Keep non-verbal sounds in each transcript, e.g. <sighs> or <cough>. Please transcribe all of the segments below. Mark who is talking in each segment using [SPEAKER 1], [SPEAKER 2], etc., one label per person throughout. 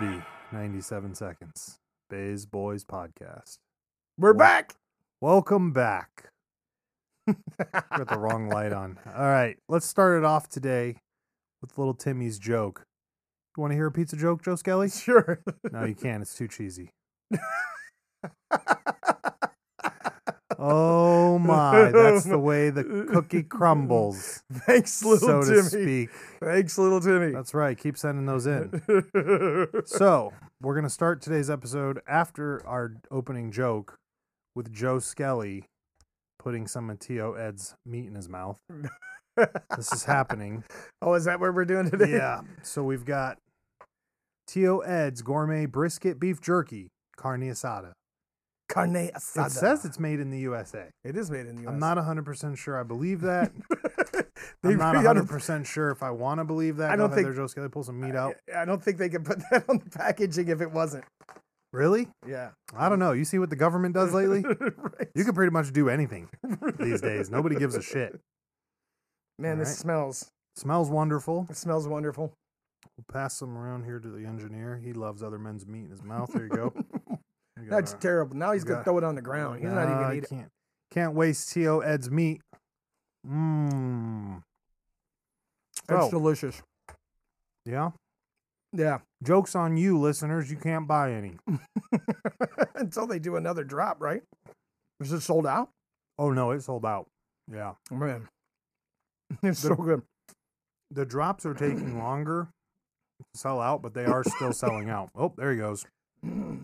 [SPEAKER 1] B, 97 seconds. Bays Boys Podcast.
[SPEAKER 2] We're
[SPEAKER 1] Wow.
[SPEAKER 2] back. <laughs>
[SPEAKER 1] Welcome back. Got the wrong light on. All right, let's start it off today with little Timmy's joke. You want to hear a pizza joke, Joe Skelly?
[SPEAKER 2] Sure. <laughs>
[SPEAKER 1] No, you can't. It's too cheesy. Oh my, that's the way the cookie crumbles,
[SPEAKER 2] Thanks,
[SPEAKER 1] so
[SPEAKER 2] little
[SPEAKER 1] to
[SPEAKER 2] Timmy.
[SPEAKER 1] speak.
[SPEAKER 2] Thanks, little Timmy.
[SPEAKER 1] That's right. Keep sending those in. So, we're going to start today's episode after our opening joke with Joe Skelly putting some of T.O. Ed's meat in
[SPEAKER 2] <laughs>
[SPEAKER 1] his mouth. This is happening.
[SPEAKER 2] <laughs> oh, is that what we're doing today?
[SPEAKER 1] yeah. So, we've got T.O. Ed's gourmet brisket beef jerky, carne asada.
[SPEAKER 2] Carne asada.
[SPEAKER 1] It says it's made in the USA.
[SPEAKER 2] It is made in the U.S.
[SPEAKER 1] I'm not 100% sure I believe that.
[SPEAKER 2] <laughs> They
[SPEAKER 1] I'm not
[SPEAKER 2] really- I don't-
[SPEAKER 1] 100% sure if I want to believe that.
[SPEAKER 2] I don't
[SPEAKER 1] Go
[SPEAKER 2] think-
[SPEAKER 1] ahead there, Joe Skelly pull some meat out.
[SPEAKER 2] <laughs> I don't think they could put <laughs> that on the packaging if it wasn't.
[SPEAKER 1] Really?
[SPEAKER 2] Yeah.
[SPEAKER 1] I don't know. You see what the government does lately?
[SPEAKER 2] <laughs> Right.
[SPEAKER 1] You can pretty much do anything these days. Nobody gives a shit.
[SPEAKER 2] Man, this
[SPEAKER 1] Alright.
[SPEAKER 2] smells.
[SPEAKER 1] Smells wonderful.
[SPEAKER 2] It smells wonderful.
[SPEAKER 1] We'll pass some around here to the engineer. He loves other men's meat in his mouth. There
[SPEAKER 2] <laughs>
[SPEAKER 1] you go. You got
[SPEAKER 2] That's
[SPEAKER 1] our-
[SPEAKER 2] terrible. Now he's
[SPEAKER 1] we
[SPEAKER 2] going
[SPEAKER 1] got-
[SPEAKER 2] to throw it on the ground. He's not
[SPEAKER 1] Nah,
[SPEAKER 2] even going
[SPEAKER 1] I
[SPEAKER 2] to eat it.
[SPEAKER 1] can't. Can't waste T.O. Ed's meat. Mmm.
[SPEAKER 2] That's
[SPEAKER 1] So,
[SPEAKER 2] delicious.
[SPEAKER 1] yeah.
[SPEAKER 2] Yeah. <laughs>
[SPEAKER 1] Joke's on you, listeners. You can't buy any.
[SPEAKER 2] Until they do another drop, right? Is it sold out?
[SPEAKER 1] Oh, no, it sold out. Yeah.
[SPEAKER 2] Man. <laughs> It's so good.
[SPEAKER 1] The drops
[SPEAKER 2] <clears throat>
[SPEAKER 1] are taking longer to sell out, but they are still selling out. Oh, there he goes. Joe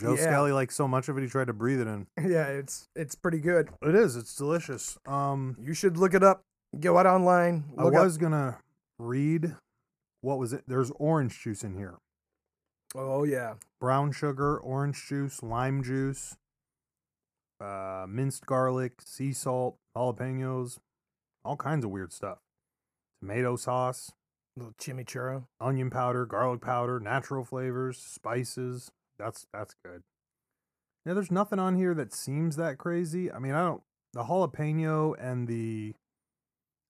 [SPEAKER 2] Yeah.
[SPEAKER 1] Skelly likes so much of it, he tried to breathe it in.
[SPEAKER 2] <clears throat> Yeah, it's it's pretty good.
[SPEAKER 1] It is. It's delicious. Um,
[SPEAKER 2] You should look it up. Go out online.
[SPEAKER 1] I
[SPEAKER 2] Look up-
[SPEAKER 1] was gonna read. What was it? There's orange juice in here.
[SPEAKER 2] Oh yeah.
[SPEAKER 1] Brown sugar, orange juice, lime juice, uh, minced garlic, sea salt, jalapenos, all kinds of weird stuff. Tomato sauce,
[SPEAKER 2] little chimichurro.
[SPEAKER 1] onion powder, garlic powder, natural flavors, spices. That's that's good. Yeah, there's nothing on here that seems that crazy. I mean, I don't the jalapeno and the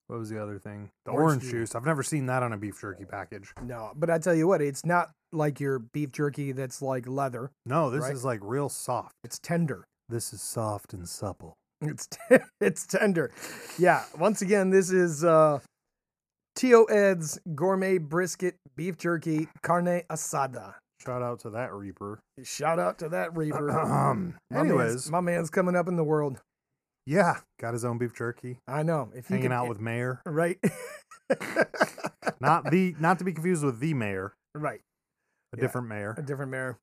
[SPEAKER 1] what was the other thing? The
[SPEAKER 2] Orange
[SPEAKER 1] orange,
[SPEAKER 2] juice.
[SPEAKER 1] juice. I've never seen that on a beef jerky package.
[SPEAKER 2] No, but I tell you what, it's not like your beef jerky that's like leather.
[SPEAKER 1] No, this
[SPEAKER 2] Right.
[SPEAKER 1] is like real soft.
[SPEAKER 2] It's tender. <laughs>
[SPEAKER 1] This is soft and supple.
[SPEAKER 2] It's t- it's tender. Yeah. Once again, this is uh Tio Ed's gourmet brisket beef jerky carne asada.
[SPEAKER 1] Shout out to that Reaper. <clears throat>
[SPEAKER 2] Shout out to that Reaver.
[SPEAKER 1] Anyways,
[SPEAKER 2] My man's- my man's coming up in the world.
[SPEAKER 1] yeah, got his own beef jerky.
[SPEAKER 2] I know. If you
[SPEAKER 1] Hanging
[SPEAKER 2] can-
[SPEAKER 1] out with Mayor,
[SPEAKER 2] right, <laughs>
[SPEAKER 1] not the not to be confused with the Mayor,
[SPEAKER 2] right.
[SPEAKER 1] <laughs> a
[SPEAKER 2] Yeah.
[SPEAKER 1] different
[SPEAKER 2] a
[SPEAKER 1] Mayor.
[SPEAKER 2] different mayor.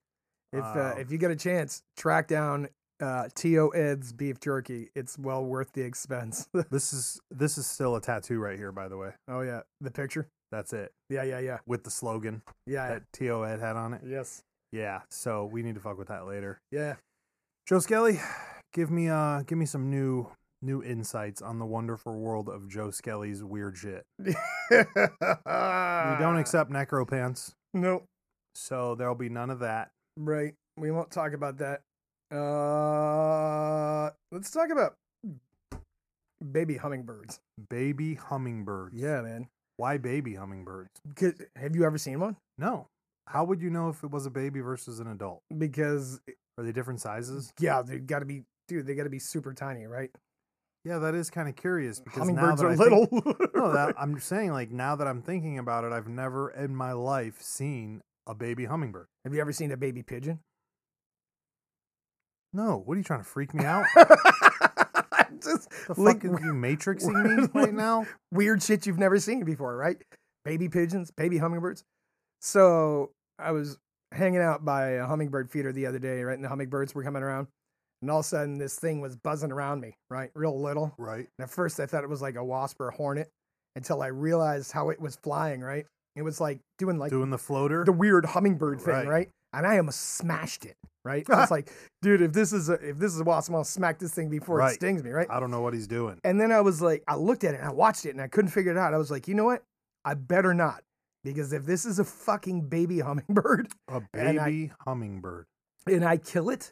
[SPEAKER 2] If uh,
[SPEAKER 1] Wow.
[SPEAKER 2] if you get a chance, track down uh, To Ed's beef jerky. It's well worth the expense. <laughs>
[SPEAKER 1] This is this is still a tattoo right here, by the way.
[SPEAKER 2] oh yeah, the picture.
[SPEAKER 1] That's it.
[SPEAKER 2] Yeah, yeah, yeah,
[SPEAKER 1] With the slogan
[SPEAKER 2] yeah.
[SPEAKER 1] that T.O. Ed had on it.
[SPEAKER 2] yes.
[SPEAKER 1] Yeah. So we need to fuck with that later.
[SPEAKER 2] Yeah.
[SPEAKER 1] Joe Skelly, give me uh give me some new new insights on the wonderful world of Joe Skelly's weird shit.
[SPEAKER 2] we
[SPEAKER 1] We
[SPEAKER 2] <laughs>
[SPEAKER 1] don't accept necro pants,
[SPEAKER 2] Nope.
[SPEAKER 1] so there'll be none of that.
[SPEAKER 2] Right. We won't talk about that. Uh, let's talk about baby hummingbirds.
[SPEAKER 1] Baby hummingbirds.
[SPEAKER 2] Yeah, man.
[SPEAKER 1] Why baby hummingbirds?
[SPEAKER 2] 'Cause- Have you ever seen one?
[SPEAKER 1] No. How would you know if it was a baby versus an adult?
[SPEAKER 2] Because
[SPEAKER 1] Are they different sizes?
[SPEAKER 2] yeah, they got to be dude. They got to be super tiny, right?
[SPEAKER 1] Yeah, that is kind of curious because
[SPEAKER 2] hummingbirds
[SPEAKER 1] now
[SPEAKER 2] are
[SPEAKER 1] that I think-
[SPEAKER 2] little. <laughs>
[SPEAKER 1] No, that, <laughs> I'm saying like now that I'm thinking about it, I've never in my life seen a baby hummingbird.
[SPEAKER 2] Have you ever seen a baby pigeon? <laughs>
[SPEAKER 1] No, what are you trying to freak me out?
[SPEAKER 2] Just
[SPEAKER 1] The <laughs>
[SPEAKER 2] like
[SPEAKER 1] fuck is you matrixing me
[SPEAKER 2] like-
[SPEAKER 1] right now?
[SPEAKER 2] weird shit you've never seen before, right? Baby pigeons, baby hummingbirds. So I was hanging out by a hummingbird feeder the other day, right? And the hummingbirds were coming around. And all of a sudden, this thing was buzzing around me, right? Real little.
[SPEAKER 1] Right.
[SPEAKER 2] And at first, I thought it was like a wasp or a hornet until I realized how it was flying, right? It was like doing like
[SPEAKER 1] Doing the floater.
[SPEAKER 2] the weird hummingbird thing, right?
[SPEAKER 1] Right.
[SPEAKER 2] And I almost smashed it, right?
[SPEAKER 1] <laughs>
[SPEAKER 2] It's like, dude, if this is a if this is a wasp, I'm gonna smack this thing before it
[SPEAKER 1] Right.
[SPEAKER 2] stings me, right?
[SPEAKER 1] I don't know what he's doing.
[SPEAKER 2] And then I was like, I looked at it and I watched it and I couldn't figure it out. I was like, you know what? I better not. Because if this is a fucking baby <laughs> hummingbird
[SPEAKER 1] <laughs> A
[SPEAKER 2] and I-
[SPEAKER 1] baby hummingbird.
[SPEAKER 2] and I kill it,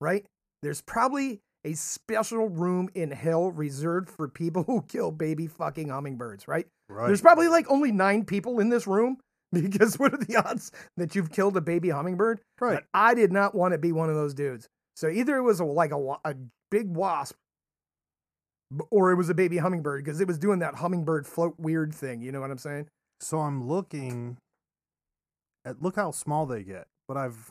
[SPEAKER 2] right? There's probably a special room in hell reserved for <laughs> people who kill baby fucking hummingbirds, right?
[SPEAKER 1] Right.
[SPEAKER 2] There's probably like only nine people in this room <laughs> Because what are the odds that you've killed a baby hummingbird?
[SPEAKER 1] Right.
[SPEAKER 2] But I did not want to be one of those dudes. So either it was a, like a, wa- a big wasp b- or it was a baby hummingbird because it was doing that hummingbird float weird thing. You know what I'm saying?
[SPEAKER 1] So I'm looking at look how small they get. But I've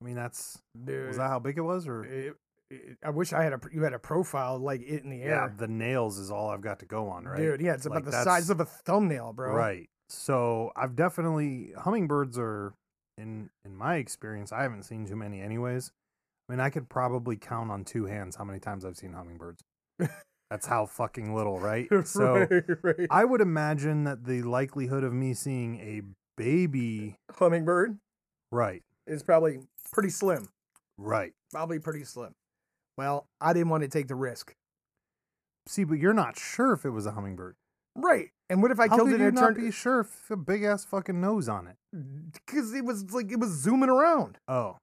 [SPEAKER 1] I mean that's
[SPEAKER 2] Dude.
[SPEAKER 1] was that how big it was or
[SPEAKER 2] it- it- I wish I had a pr- you had a profile like it in the air.
[SPEAKER 1] the nails is all I've got to go on, right?
[SPEAKER 2] Dude, yeah, it's
[SPEAKER 1] Like,
[SPEAKER 2] about the
[SPEAKER 1] that's-
[SPEAKER 2] size of a thumbnail, bro.
[SPEAKER 1] Right. So I've definitely hummingbirds are in in my experience, I haven't seen too many anyways. I mean I could probably count on two hands how many times I've seen hummingbirds. That's how fucking little,
[SPEAKER 2] <laughs>
[SPEAKER 1] right? So
[SPEAKER 2] <laughs> right, right.
[SPEAKER 1] I would imagine that the likelihood of me seeing a baby
[SPEAKER 2] hummingbird
[SPEAKER 1] right,
[SPEAKER 2] is probably pretty slim.
[SPEAKER 1] right.
[SPEAKER 2] Probably pretty slim. Well, I didn't want to take the risk.
[SPEAKER 1] See, but you're not sure if it was a hummingbird.
[SPEAKER 2] Right. And what if I
[SPEAKER 1] How
[SPEAKER 2] killed it
[SPEAKER 1] could you
[SPEAKER 2] and it
[SPEAKER 1] not
[SPEAKER 2] turned
[SPEAKER 1] be sure if a big ass fucking nose on it?
[SPEAKER 2] because it was like it was zooming around,
[SPEAKER 1] Oh,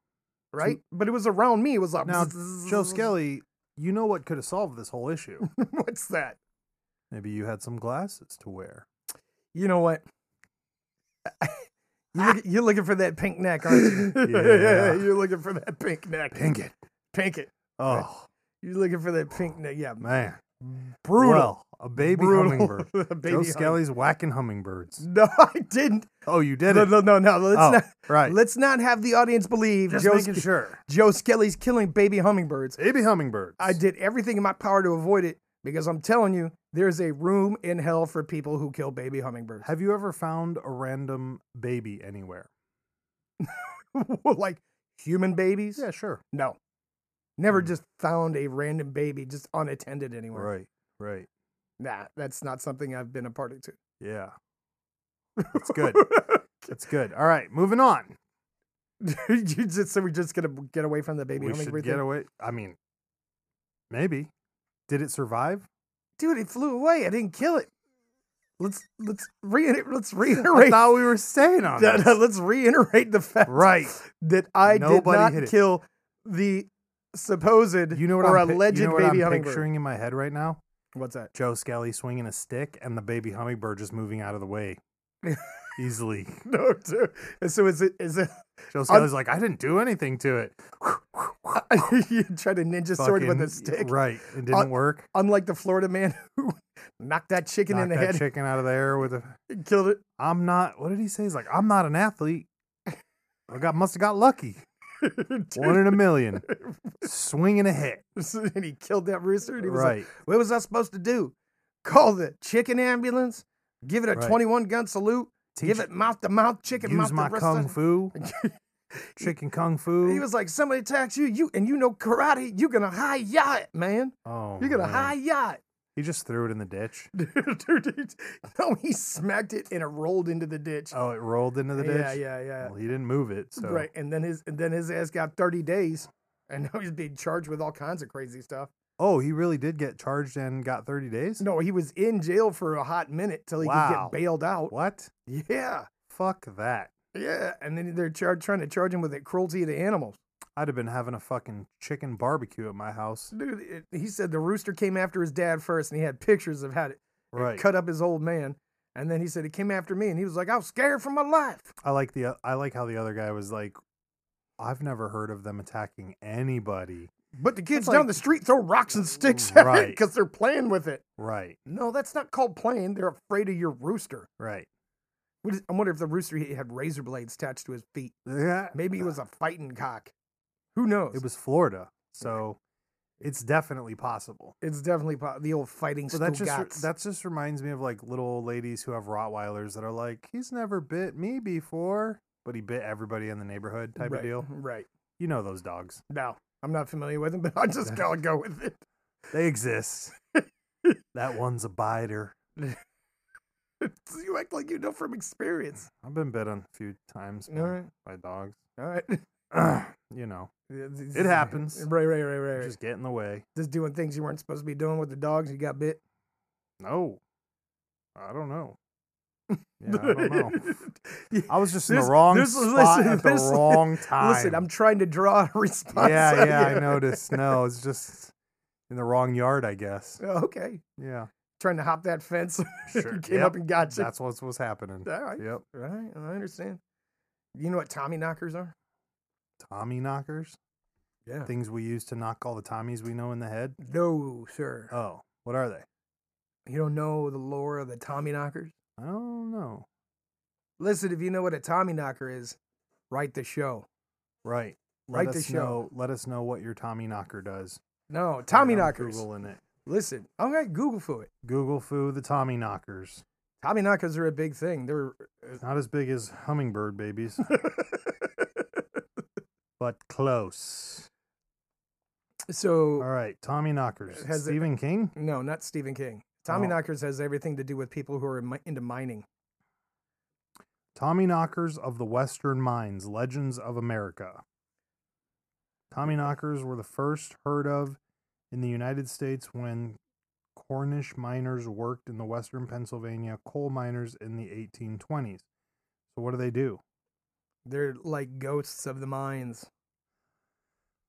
[SPEAKER 2] right? but it was around me. It was like
[SPEAKER 1] now
[SPEAKER 2] <laughs>
[SPEAKER 1] Joe Skelly, you know what could have solved this whole issue?
[SPEAKER 2] What's that?
[SPEAKER 1] Maybe you had some glasses to wear.
[SPEAKER 2] You know
[SPEAKER 1] <laughs>
[SPEAKER 2] what? you look, you're looking for that pink neck, aren't you?
[SPEAKER 1] <laughs> Yeah.
[SPEAKER 2] <laughs> you're looking for that pink neck.
[SPEAKER 1] Dang it!
[SPEAKER 2] Pink it.
[SPEAKER 1] Oh
[SPEAKER 2] You're looking for that pink neck. Yeah.
[SPEAKER 1] man,
[SPEAKER 2] Brutal.
[SPEAKER 1] Well, a baby
[SPEAKER 2] Brutal. <laughs>
[SPEAKER 1] hummingbird.
[SPEAKER 2] A
[SPEAKER 1] Joe
[SPEAKER 2] baby humming-
[SPEAKER 1] Skelly's whacking hummingbirds.
[SPEAKER 2] No, I didn't.
[SPEAKER 1] Oh, you did
[SPEAKER 2] No, <laughs>
[SPEAKER 1] it.
[SPEAKER 2] no, no, no. Let's
[SPEAKER 1] oh,
[SPEAKER 2] not.
[SPEAKER 1] right.
[SPEAKER 2] Let's not have the audience believe
[SPEAKER 1] Just
[SPEAKER 2] Joe,
[SPEAKER 1] making
[SPEAKER 2] Ske-
[SPEAKER 1] sure.
[SPEAKER 2] Joe Skelly's killing baby hummingbirds.
[SPEAKER 1] Baby hummingbirds.
[SPEAKER 2] I did everything in my power to avoid it because I'm telling you, there's a room in hell for people who kill baby hummingbirds.
[SPEAKER 1] Have you ever found a random baby anywhere?
[SPEAKER 2] <laughs> like human babies?
[SPEAKER 1] Yeah, sure.
[SPEAKER 2] No. Never
[SPEAKER 1] Hmm.
[SPEAKER 2] just found a random baby just unattended anywhere.
[SPEAKER 1] Right, right.
[SPEAKER 2] Nah, that's not something I've been a party to. <laughs>
[SPEAKER 1] Yeah. It's good. It's good. All right, moving on.
[SPEAKER 2] you just, so we're just going to get away from the baby
[SPEAKER 1] we should
[SPEAKER 2] hummingbird
[SPEAKER 1] get
[SPEAKER 2] thing?
[SPEAKER 1] away. I mean, maybe. Did it survive?
[SPEAKER 2] <laughs> Dude, it flew away. I didn't kill it. Let's let's reiterate.
[SPEAKER 1] <laughs>
[SPEAKER 2] Let's
[SPEAKER 1] I
[SPEAKER 2] reiterate. <laughs>
[SPEAKER 1] thought we were staying on.
[SPEAKER 2] No, no, <laughs>
[SPEAKER 1] this.
[SPEAKER 2] let's reiterate the fact.
[SPEAKER 1] Right.
[SPEAKER 2] that I
[SPEAKER 1] Nobody
[SPEAKER 2] did
[SPEAKER 1] hit
[SPEAKER 2] not
[SPEAKER 1] it.
[SPEAKER 2] kill the supposed
[SPEAKER 1] You know what
[SPEAKER 2] or
[SPEAKER 1] I'm, pi-
[SPEAKER 2] alleged
[SPEAKER 1] you know what
[SPEAKER 2] baby
[SPEAKER 1] I'm
[SPEAKER 2] hummingbird.
[SPEAKER 1] picturing in my head right now?
[SPEAKER 2] What's that? <laughs>
[SPEAKER 1] Joe Skelly swinging a stick and the baby hummingbird just moving out of the way
[SPEAKER 2] <laughs>
[SPEAKER 1] easily.
[SPEAKER 2] No, dude. And so is it? Is it?
[SPEAKER 1] Joe Skelly's like, I didn't do anything
[SPEAKER 2] <laughs>
[SPEAKER 1] to it.
[SPEAKER 2] you try to ninja sword with a
[SPEAKER 1] Fucking-
[SPEAKER 2] stick,
[SPEAKER 1] Right. It didn't work.
[SPEAKER 2] unlike the Florida man <laughs> who knocked that chicken
[SPEAKER 1] Knocked
[SPEAKER 2] in the
[SPEAKER 1] that
[SPEAKER 2] head
[SPEAKER 1] chicken out of the air
[SPEAKER 2] <laughs>
[SPEAKER 1] with a
[SPEAKER 2] and killed it.
[SPEAKER 1] I'm not. What did he say? He's like, I'm not an athlete.
[SPEAKER 2] <laughs>
[SPEAKER 1] I got must have got lucky. One in a million. Swinging a hit.
[SPEAKER 2] Dude. <laughs> and he killed that rooster. And he was like,
[SPEAKER 1] Right.
[SPEAKER 2] "What was I supposed to do? Call the chicken ambulance? Give it a
[SPEAKER 1] Right.
[SPEAKER 2] 21 gun salute? give
[SPEAKER 1] Teach-
[SPEAKER 2] it mouth to mouth chicken mouth
[SPEAKER 1] use
[SPEAKER 2] to
[SPEAKER 1] my
[SPEAKER 2] rest- <laughs>
[SPEAKER 1] kung fu. Chicken kung fu.
[SPEAKER 2] He was like, somebody attacks you, you and you know karate, you're gonna high yacht, man.
[SPEAKER 1] oh,
[SPEAKER 2] You're gonna
[SPEAKER 1] man.
[SPEAKER 2] high yacht.
[SPEAKER 1] He just threw it in the ditch.
[SPEAKER 2] Dude, <laughs> dude, no, he <laughs> smacked it and it rolled into the ditch.
[SPEAKER 1] <laughs> Oh, it rolled into the ditch.
[SPEAKER 2] Yeah, yeah, yeah.
[SPEAKER 1] Well, he didn't move it. So
[SPEAKER 2] Right. And then his and then his ass got 30 days. And <laughs> now he's being charged with all kinds of crazy stuff.
[SPEAKER 1] Oh, he really did get charged and got 30 days.
[SPEAKER 2] No, he was in jail for a hot minute till he could
[SPEAKER 1] Wow.
[SPEAKER 2] get bailed out.
[SPEAKER 1] What?
[SPEAKER 2] Yeah.
[SPEAKER 1] Fuck that.
[SPEAKER 2] Yeah. And then they're char- trying to charge him with cruelty to animals.
[SPEAKER 1] I'd have been having a fucking chicken barbecue at my house.
[SPEAKER 2] Dude, it, he said the rooster came after his dad first and he had pictures of how to,
[SPEAKER 1] Right.
[SPEAKER 2] cut up his old man. And then he said he came after me, and he was like, "I was scared for my life."
[SPEAKER 1] I like the I like how the other guy was like, I've never heard of them attacking anybody.
[SPEAKER 2] But the kids
[SPEAKER 1] That's
[SPEAKER 2] down
[SPEAKER 1] like-
[SPEAKER 2] the street throw rocks and sticks <laughs> at it
[SPEAKER 1] Right.
[SPEAKER 2] because they're playing with it.
[SPEAKER 1] Right.
[SPEAKER 2] No, that's not called playing. They're afraid of your rooster.
[SPEAKER 1] Right.
[SPEAKER 2] What is, I wonder if the rooster he had razor blades attached to his feet.
[SPEAKER 1] Yeah.
[SPEAKER 2] Maybe he was a fighting cock. Who knows?
[SPEAKER 1] It was Florida, so it's definitely possible.
[SPEAKER 2] It's definitely po- the old fighting.
[SPEAKER 1] Well, that just re-
[SPEAKER 2] Stuttgarts.
[SPEAKER 1] that just reminds me of like little old ladies who have Rottweilers that are like, he's never bit me before, but he bit everybody in the neighborhood type
[SPEAKER 2] right,
[SPEAKER 1] of deal.
[SPEAKER 2] Right.
[SPEAKER 1] You know those dogs.
[SPEAKER 2] No, I'm not familiar with him, but I just gotta go with it. <laughs>
[SPEAKER 1] They exist. that one's a biter.
[SPEAKER 2] you act like you know from experience.
[SPEAKER 1] I've been bitten a few times
[SPEAKER 2] All
[SPEAKER 1] by,
[SPEAKER 2] right.
[SPEAKER 1] by dogs. <clears throat>
[SPEAKER 2] All <laughs> right.
[SPEAKER 1] you know,
[SPEAKER 2] It
[SPEAKER 1] it happens.
[SPEAKER 2] Right. Right. Right. Right. right.
[SPEAKER 1] Just get in the way.
[SPEAKER 2] just doing things you weren't supposed to be doing with the dogs. You got bit.
[SPEAKER 1] No, I
[SPEAKER 2] <laughs>
[SPEAKER 1] don't know. Yeah, I don't know.
[SPEAKER 2] Yeah,
[SPEAKER 1] I was just in
[SPEAKER 2] This-
[SPEAKER 1] the wrong
[SPEAKER 2] this-
[SPEAKER 1] spot
[SPEAKER 2] listen,
[SPEAKER 1] at the
[SPEAKER 2] listen,
[SPEAKER 1] wrong time.
[SPEAKER 2] Listen, <laughs> I'm trying to draw a response.
[SPEAKER 1] Yeah,
[SPEAKER 2] out
[SPEAKER 1] yeah, I
[SPEAKER 2] here.
[SPEAKER 1] noticed. No, it's just in the wrong yard, I guess.
[SPEAKER 2] <laughs> Okay. <laughs>
[SPEAKER 1] Yeah.
[SPEAKER 2] trying to hop that fence. <laughs>
[SPEAKER 1] Sure.
[SPEAKER 2] Came
[SPEAKER 1] Yep.
[SPEAKER 2] up and got you.
[SPEAKER 1] That's what's
[SPEAKER 2] <laughs>
[SPEAKER 1] what's happening.
[SPEAKER 2] all right.
[SPEAKER 1] Yep.
[SPEAKER 2] All right. I understand. You know what Tommy knockers are?
[SPEAKER 1] Tommy knockers.
[SPEAKER 2] Yeah.
[SPEAKER 1] Things we use to knock all the Tommies we know in the head.
[SPEAKER 2] No, sir.
[SPEAKER 1] Oh, what are they?
[SPEAKER 2] you don't know the lore of the Tommy knockers?
[SPEAKER 1] I don't know.
[SPEAKER 2] Listen, if you know what a Tommy knocker is, write the show.
[SPEAKER 1] Right.
[SPEAKER 2] Write
[SPEAKER 1] Let us
[SPEAKER 2] the show.
[SPEAKER 1] know. Let us know what your Tommy knocker does.
[SPEAKER 2] No, Tommy
[SPEAKER 1] Right, I'm
[SPEAKER 2] knockers.
[SPEAKER 1] Googling it.
[SPEAKER 2] Listen, I'm gonna Google for it.
[SPEAKER 1] Google foo the Tommy knockers.
[SPEAKER 2] Tommy knockers are a big thing.
[SPEAKER 1] <laughs>
[SPEAKER 2] They're
[SPEAKER 1] Not as big as
[SPEAKER 2] <laughs>
[SPEAKER 1] hummingbird babies, but close.
[SPEAKER 2] so
[SPEAKER 1] All right, Tommy knockers.
[SPEAKER 2] Has it-
[SPEAKER 1] Stephen King.
[SPEAKER 2] no, not Stephen King. Tommy
[SPEAKER 1] Oh.
[SPEAKER 2] knockers has everything to do with people who are mi- into mining.
[SPEAKER 1] Tommy Knockers of the Western Mines, Legends of America. Tommy Knockers were the first heard of in the United States when Cornish miners worked in the Western Pennsylvania coal miners in the 1820s. So, what do they do?
[SPEAKER 2] They're like ghosts of the mines.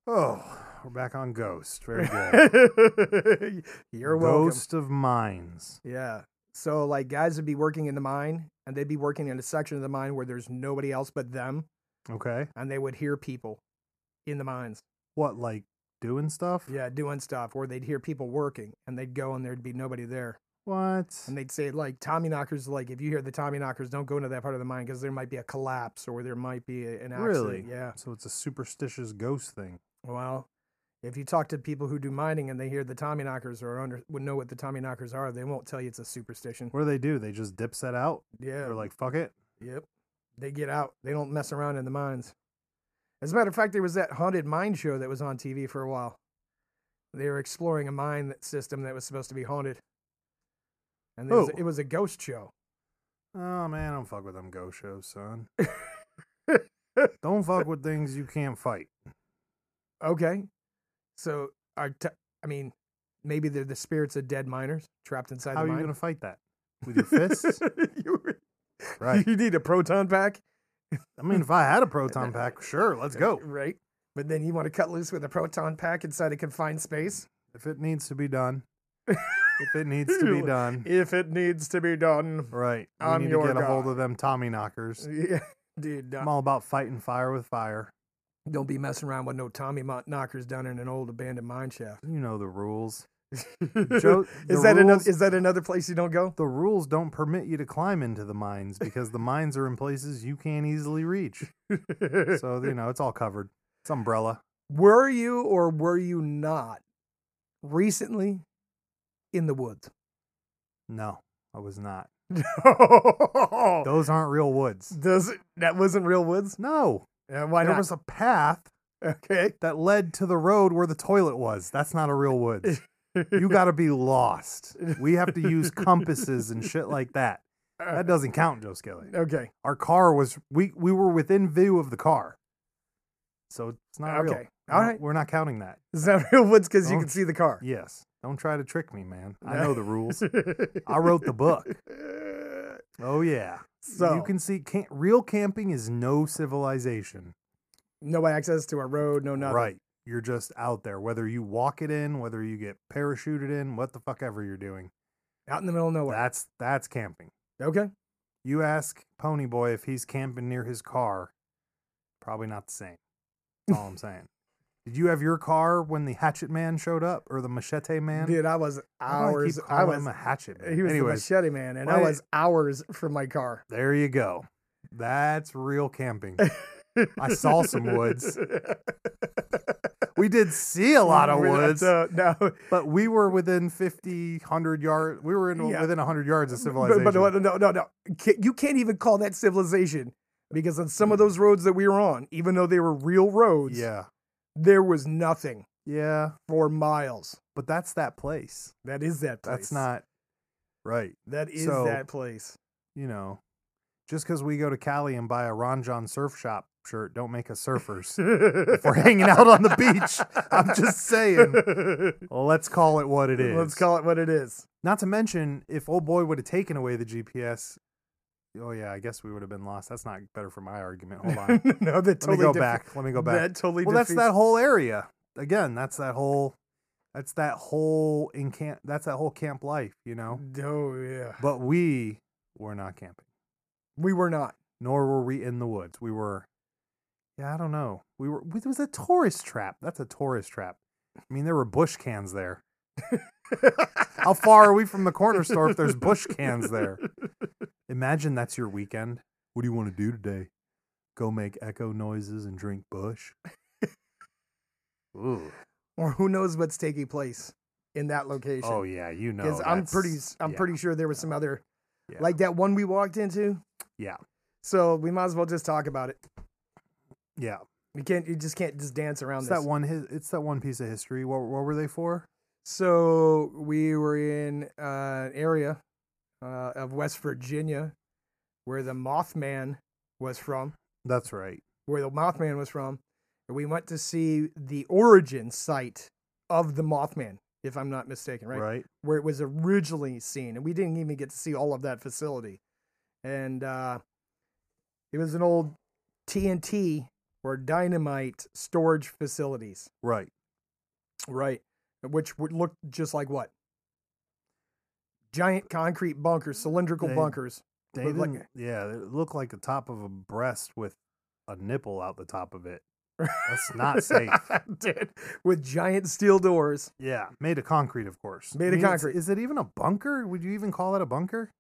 [SPEAKER 1] Oh, we're back on Ghost. Very good. <laughs>
[SPEAKER 2] <laughs> You're welcome.
[SPEAKER 1] Ghost of Mines.
[SPEAKER 2] Yeah. So like guys would be working in the mine and they'd be working in a section of the mine where there's nobody else but them
[SPEAKER 1] Okay.
[SPEAKER 2] and they would hear people in the mines.
[SPEAKER 1] What, like doing stuff?
[SPEAKER 2] Yeah, doing stuff or they'd hear people working and they'd go and there'd be nobody there.
[SPEAKER 1] What?
[SPEAKER 2] And they'd say like Tommy knockers like if you hear the Tommy knockers don't go into that part of the mine cuz there might be a collapse or there might be a- an accident.
[SPEAKER 1] Really?
[SPEAKER 2] Yeah.
[SPEAKER 1] So, it's a superstitious ghost thing.
[SPEAKER 2] Well, if you talk to people who do mining and they hear the Tommy knockers or under, would know what the Tommy knockers are, they won't tell you it's a superstition.
[SPEAKER 1] What do they do? They just dip set out?
[SPEAKER 2] Yeah.
[SPEAKER 1] They're like, fuck it.
[SPEAKER 2] Yep. They get out. They don't mess around in the mines. As a matter of fact, there was that haunted mine show that was on TV for a while. They were exploring a mine that system that was supposed to be haunted. And there was,
[SPEAKER 1] Oh.
[SPEAKER 2] it was a ghost show.
[SPEAKER 1] Oh man, don't fuck with them go shows, son. don't fuck with things you can't fight.
[SPEAKER 2] Okay. So, our t- I mean, maybe they're the spirits of dead miners trapped inside
[SPEAKER 1] How are
[SPEAKER 2] the
[SPEAKER 1] you
[SPEAKER 2] mine.
[SPEAKER 1] gonna fight that? With <laughs>
[SPEAKER 2] <laughs>
[SPEAKER 1] your fists?
[SPEAKER 2] You were-
[SPEAKER 1] Right.
[SPEAKER 2] You need a proton pack.
[SPEAKER 1] I mean, if I had a proton pack, sure, let's go.
[SPEAKER 2] Right. But then you want to cut loose with a proton pack inside a confined space?
[SPEAKER 1] If it needs to be done, if it needs to be done,
[SPEAKER 2] If it needs to be done.
[SPEAKER 1] right? We
[SPEAKER 2] I'm
[SPEAKER 1] need
[SPEAKER 2] your
[SPEAKER 1] to get a hold
[SPEAKER 2] guy.
[SPEAKER 1] of them Tommy knockers.
[SPEAKER 2] <laughs> Yeah, dude.
[SPEAKER 1] I'm
[SPEAKER 2] Don't,
[SPEAKER 1] all about fighting fire with fire.
[SPEAKER 2] don't be messing around with no Tommy Mont knockers down in an old abandoned mine shaft.
[SPEAKER 1] You know the rules.
[SPEAKER 2] <laughs> Joe,
[SPEAKER 1] Joe,
[SPEAKER 2] <laughs> is that
[SPEAKER 1] the rules-
[SPEAKER 2] another? Is that another place you don't <laughs> go?
[SPEAKER 1] The rules don't permit you to climb into the mines because the mines are in places you can't easily reach. So you know it's all covered. It's umbrella.
[SPEAKER 2] were you or were you not recently in the <laughs> woods?
[SPEAKER 1] No, I was not.
[SPEAKER 2] No.
[SPEAKER 1] Those aren't real woods.
[SPEAKER 2] Does it, that wasn't real woods?
[SPEAKER 1] No.
[SPEAKER 2] Uh, why
[SPEAKER 1] There
[SPEAKER 2] not? <laughs>
[SPEAKER 1] was a path
[SPEAKER 2] okay.
[SPEAKER 1] that led to the road where the toilet was. That's not a real woods.
[SPEAKER 2] <laughs>
[SPEAKER 1] You got to be lost. We have to use compasses and shit like that. That doesn't count, Joe Skelly.
[SPEAKER 2] okay.
[SPEAKER 1] Our car was we we were within view of the car. So it's not real.
[SPEAKER 2] Okay. All
[SPEAKER 1] No,
[SPEAKER 2] right.
[SPEAKER 1] We're not counting that.
[SPEAKER 2] Is that <laughs> real woods because you
[SPEAKER 1] Don't-
[SPEAKER 2] can see the car? <laughs>
[SPEAKER 1] Yes. Don't try to trick me, man. I
[SPEAKER 2] No.
[SPEAKER 1] know the
[SPEAKER 2] <laughs>
[SPEAKER 1] rules. I wrote the book. Oh yeah.
[SPEAKER 2] So
[SPEAKER 1] you can see can real camping is no civilization.
[SPEAKER 2] no access to a road, no nothing.
[SPEAKER 1] Right. You're just out there, whether you walk it in, whether you get parachuted in, what the fuck ever you're doing.
[SPEAKER 2] Out in the middle of nowhere.
[SPEAKER 1] That's that's camping.
[SPEAKER 2] okay.
[SPEAKER 1] You ask Pony Boy if he's camping near his car. Probably not the same. That's
[SPEAKER 2] <laughs>
[SPEAKER 1] all I'm saying. Did you have your car when the Hatchet Man showed up or the Machete Man?
[SPEAKER 2] Dude, I was
[SPEAKER 1] Why do I keep
[SPEAKER 2] hours. I,
[SPEAKER 1] calling
[SPEAKER 2] was.
[SPEAKER 1] him a Hatchet Man.
[SPEAKER 2] He was
[SPEAKER 1] Anyways,
[SPEAKER 2] the machete man, and I
[SPEAKER 1] why-
[SPEAKER 2] was hours from my car.
[SPEAKER 1] there you go. That's real camping.
[SPEAKER 2] <laughs>
[SPEAKER 1] I saw some woods. We did see a lot of woods,
[SPEAKER 2] Uh, no,
[SPEAKER 1] but we were within 50, 100 yards. We were in,
[SPEAKER 2] Yeah.
[SPEAKER 1] within 100 yards of
[SPEAKER 2] but,
[SPEAKER 1] civilization.
[SPEAKER 2] but no, no, no, no. Ca- You can't even call that civilization because on some of those roads that we were on, even though they were real roads,
[SPEAKER 1] Yeah.
[SPEAKER 2] there was nothing
[SPEAKER 1] Yeah.
[SPEAKER 2] for miles.
[SPEAKER 1] But that's that place.
[SPEAKER 2] That is that place.
[SPEAKER 1] That's not right.
[SPEAKER 2] That is
[SPEAKER 1] so-
[SPEAKER 2] that place.
[SPEAKER 1] You know, just because we go to Cali and buy a Ron John Surf Shop shirt, don't make us
[SPEAKER 2] <laughs>
[SPEAKER 1] surfers. if we're hanging out on the <laughs> beach, I'm just
[SPEAKER 2] <laughs>
[SPEAKER 1] saying. Let's call it what it is.
[SPEAKER 2] Let's call it what it is.
[SPEAKER 1] Not to mention, if old boy would have taken away the GPS, oh yeah, I guess we would have been lost. That's not better for my argument.
[SPEAKER 2] <laughs>
[SPEAKER 1] Hold on. Let
[SPEAKER 2] no, that totally
[SPEAKER 1] me go
[SPEAKER 2] def-
[SPEAKER 1] back. Let me go back.
[SPEAKER 2] That totally
[SPEAKER 1] well, that's
[SPEAKER 2] defeats-
[SPEAKER 1] that whole area. Again, that's that whole That's that whole in camp. That's that whole camp life, you know.
[SPEAKER 2] Oh yeah.
[SPEAKER 1] But we were not camping,
[SPEAKER 2] We were
[SPEAKER 1] <laughs>
[SPEAKER 2] not.
[SPEAKER 1] nor were we in the woods. We were, yeah, I don't know. We were. It was a tourist trap. That's a tourist trap. I mean, there were bush cans there. How far are we from the corner store if there's bush cans <laughs> there? Imagine that's your weekend. What do you want to do today? Go make echo noises and drink bush. <laughs> Ooh.
[SPEAKER 2] or who knows what's taking place in that location?
[SPEAKER 1] Oh yeah, you know.
[SPEAKER 2] because I'm pretty
[SPEAKER 1] that's-
[SPEAKER 2] I'm
[SPEAKER 1] yeah.
[SPEAKER 2] pretty sure there was some other
[SPEAKER 1] Yeah.
[SPEAKER 2] like that one we walked into.
[SPEAKER 1] Yeah.
[SPEAKER 2] So we might as well just talk about it.
[SPEAKER 1] Yeah,
[SPEAKER 2] You can't you just can't just dance around
[SPEAKER 1] it's
[SPEAKER 2] this.
[SPEAKER 1] that one. his- It's that one piece of history. What, what were they for?
[SPEAKER 2] So we were in uh, an area uh, of West Virginia where the Mothman was from,
[SPEAKER 1] That's right.
[SPEAKER 2] where the Mothman was from, and we went to see the origin site of the Mothman, if I'm not mistaken,
[SPEAKER 1] Right.
[SPEAKER 2] right? where it was originally seen, and we didn't even get to see all of that facility. And uh, it was an old TNT or dynamite storage facilities,
[SPEAKER 1] Right.
[SPEAKER 2] right? Which would look just like what? Giant concrete bunkers, cylindrical
[SPEAKER 1] They-
[SPEAKER 2] bunkers.
[SPEAKER 1] They
[SPEAKER 2] Looked like
[SPEAKER 1] didn't- yeah, it looked like the top of a breast with a nipple out the top of it. That's
[SPEAKER 2] <laughs>
[SPEAKER 1] not safe.
[SPEAKER 2] Dude, with giant steel doors.
[SPEAKER 1] Yeah, made of concrete, of course.
[SPEAKER 2] Made of
[SPEAKER 1] it's-
[SPEAKER 2] concrete.
[SPEAKER 1] Is it even a bunker? Would you even call it a bunker?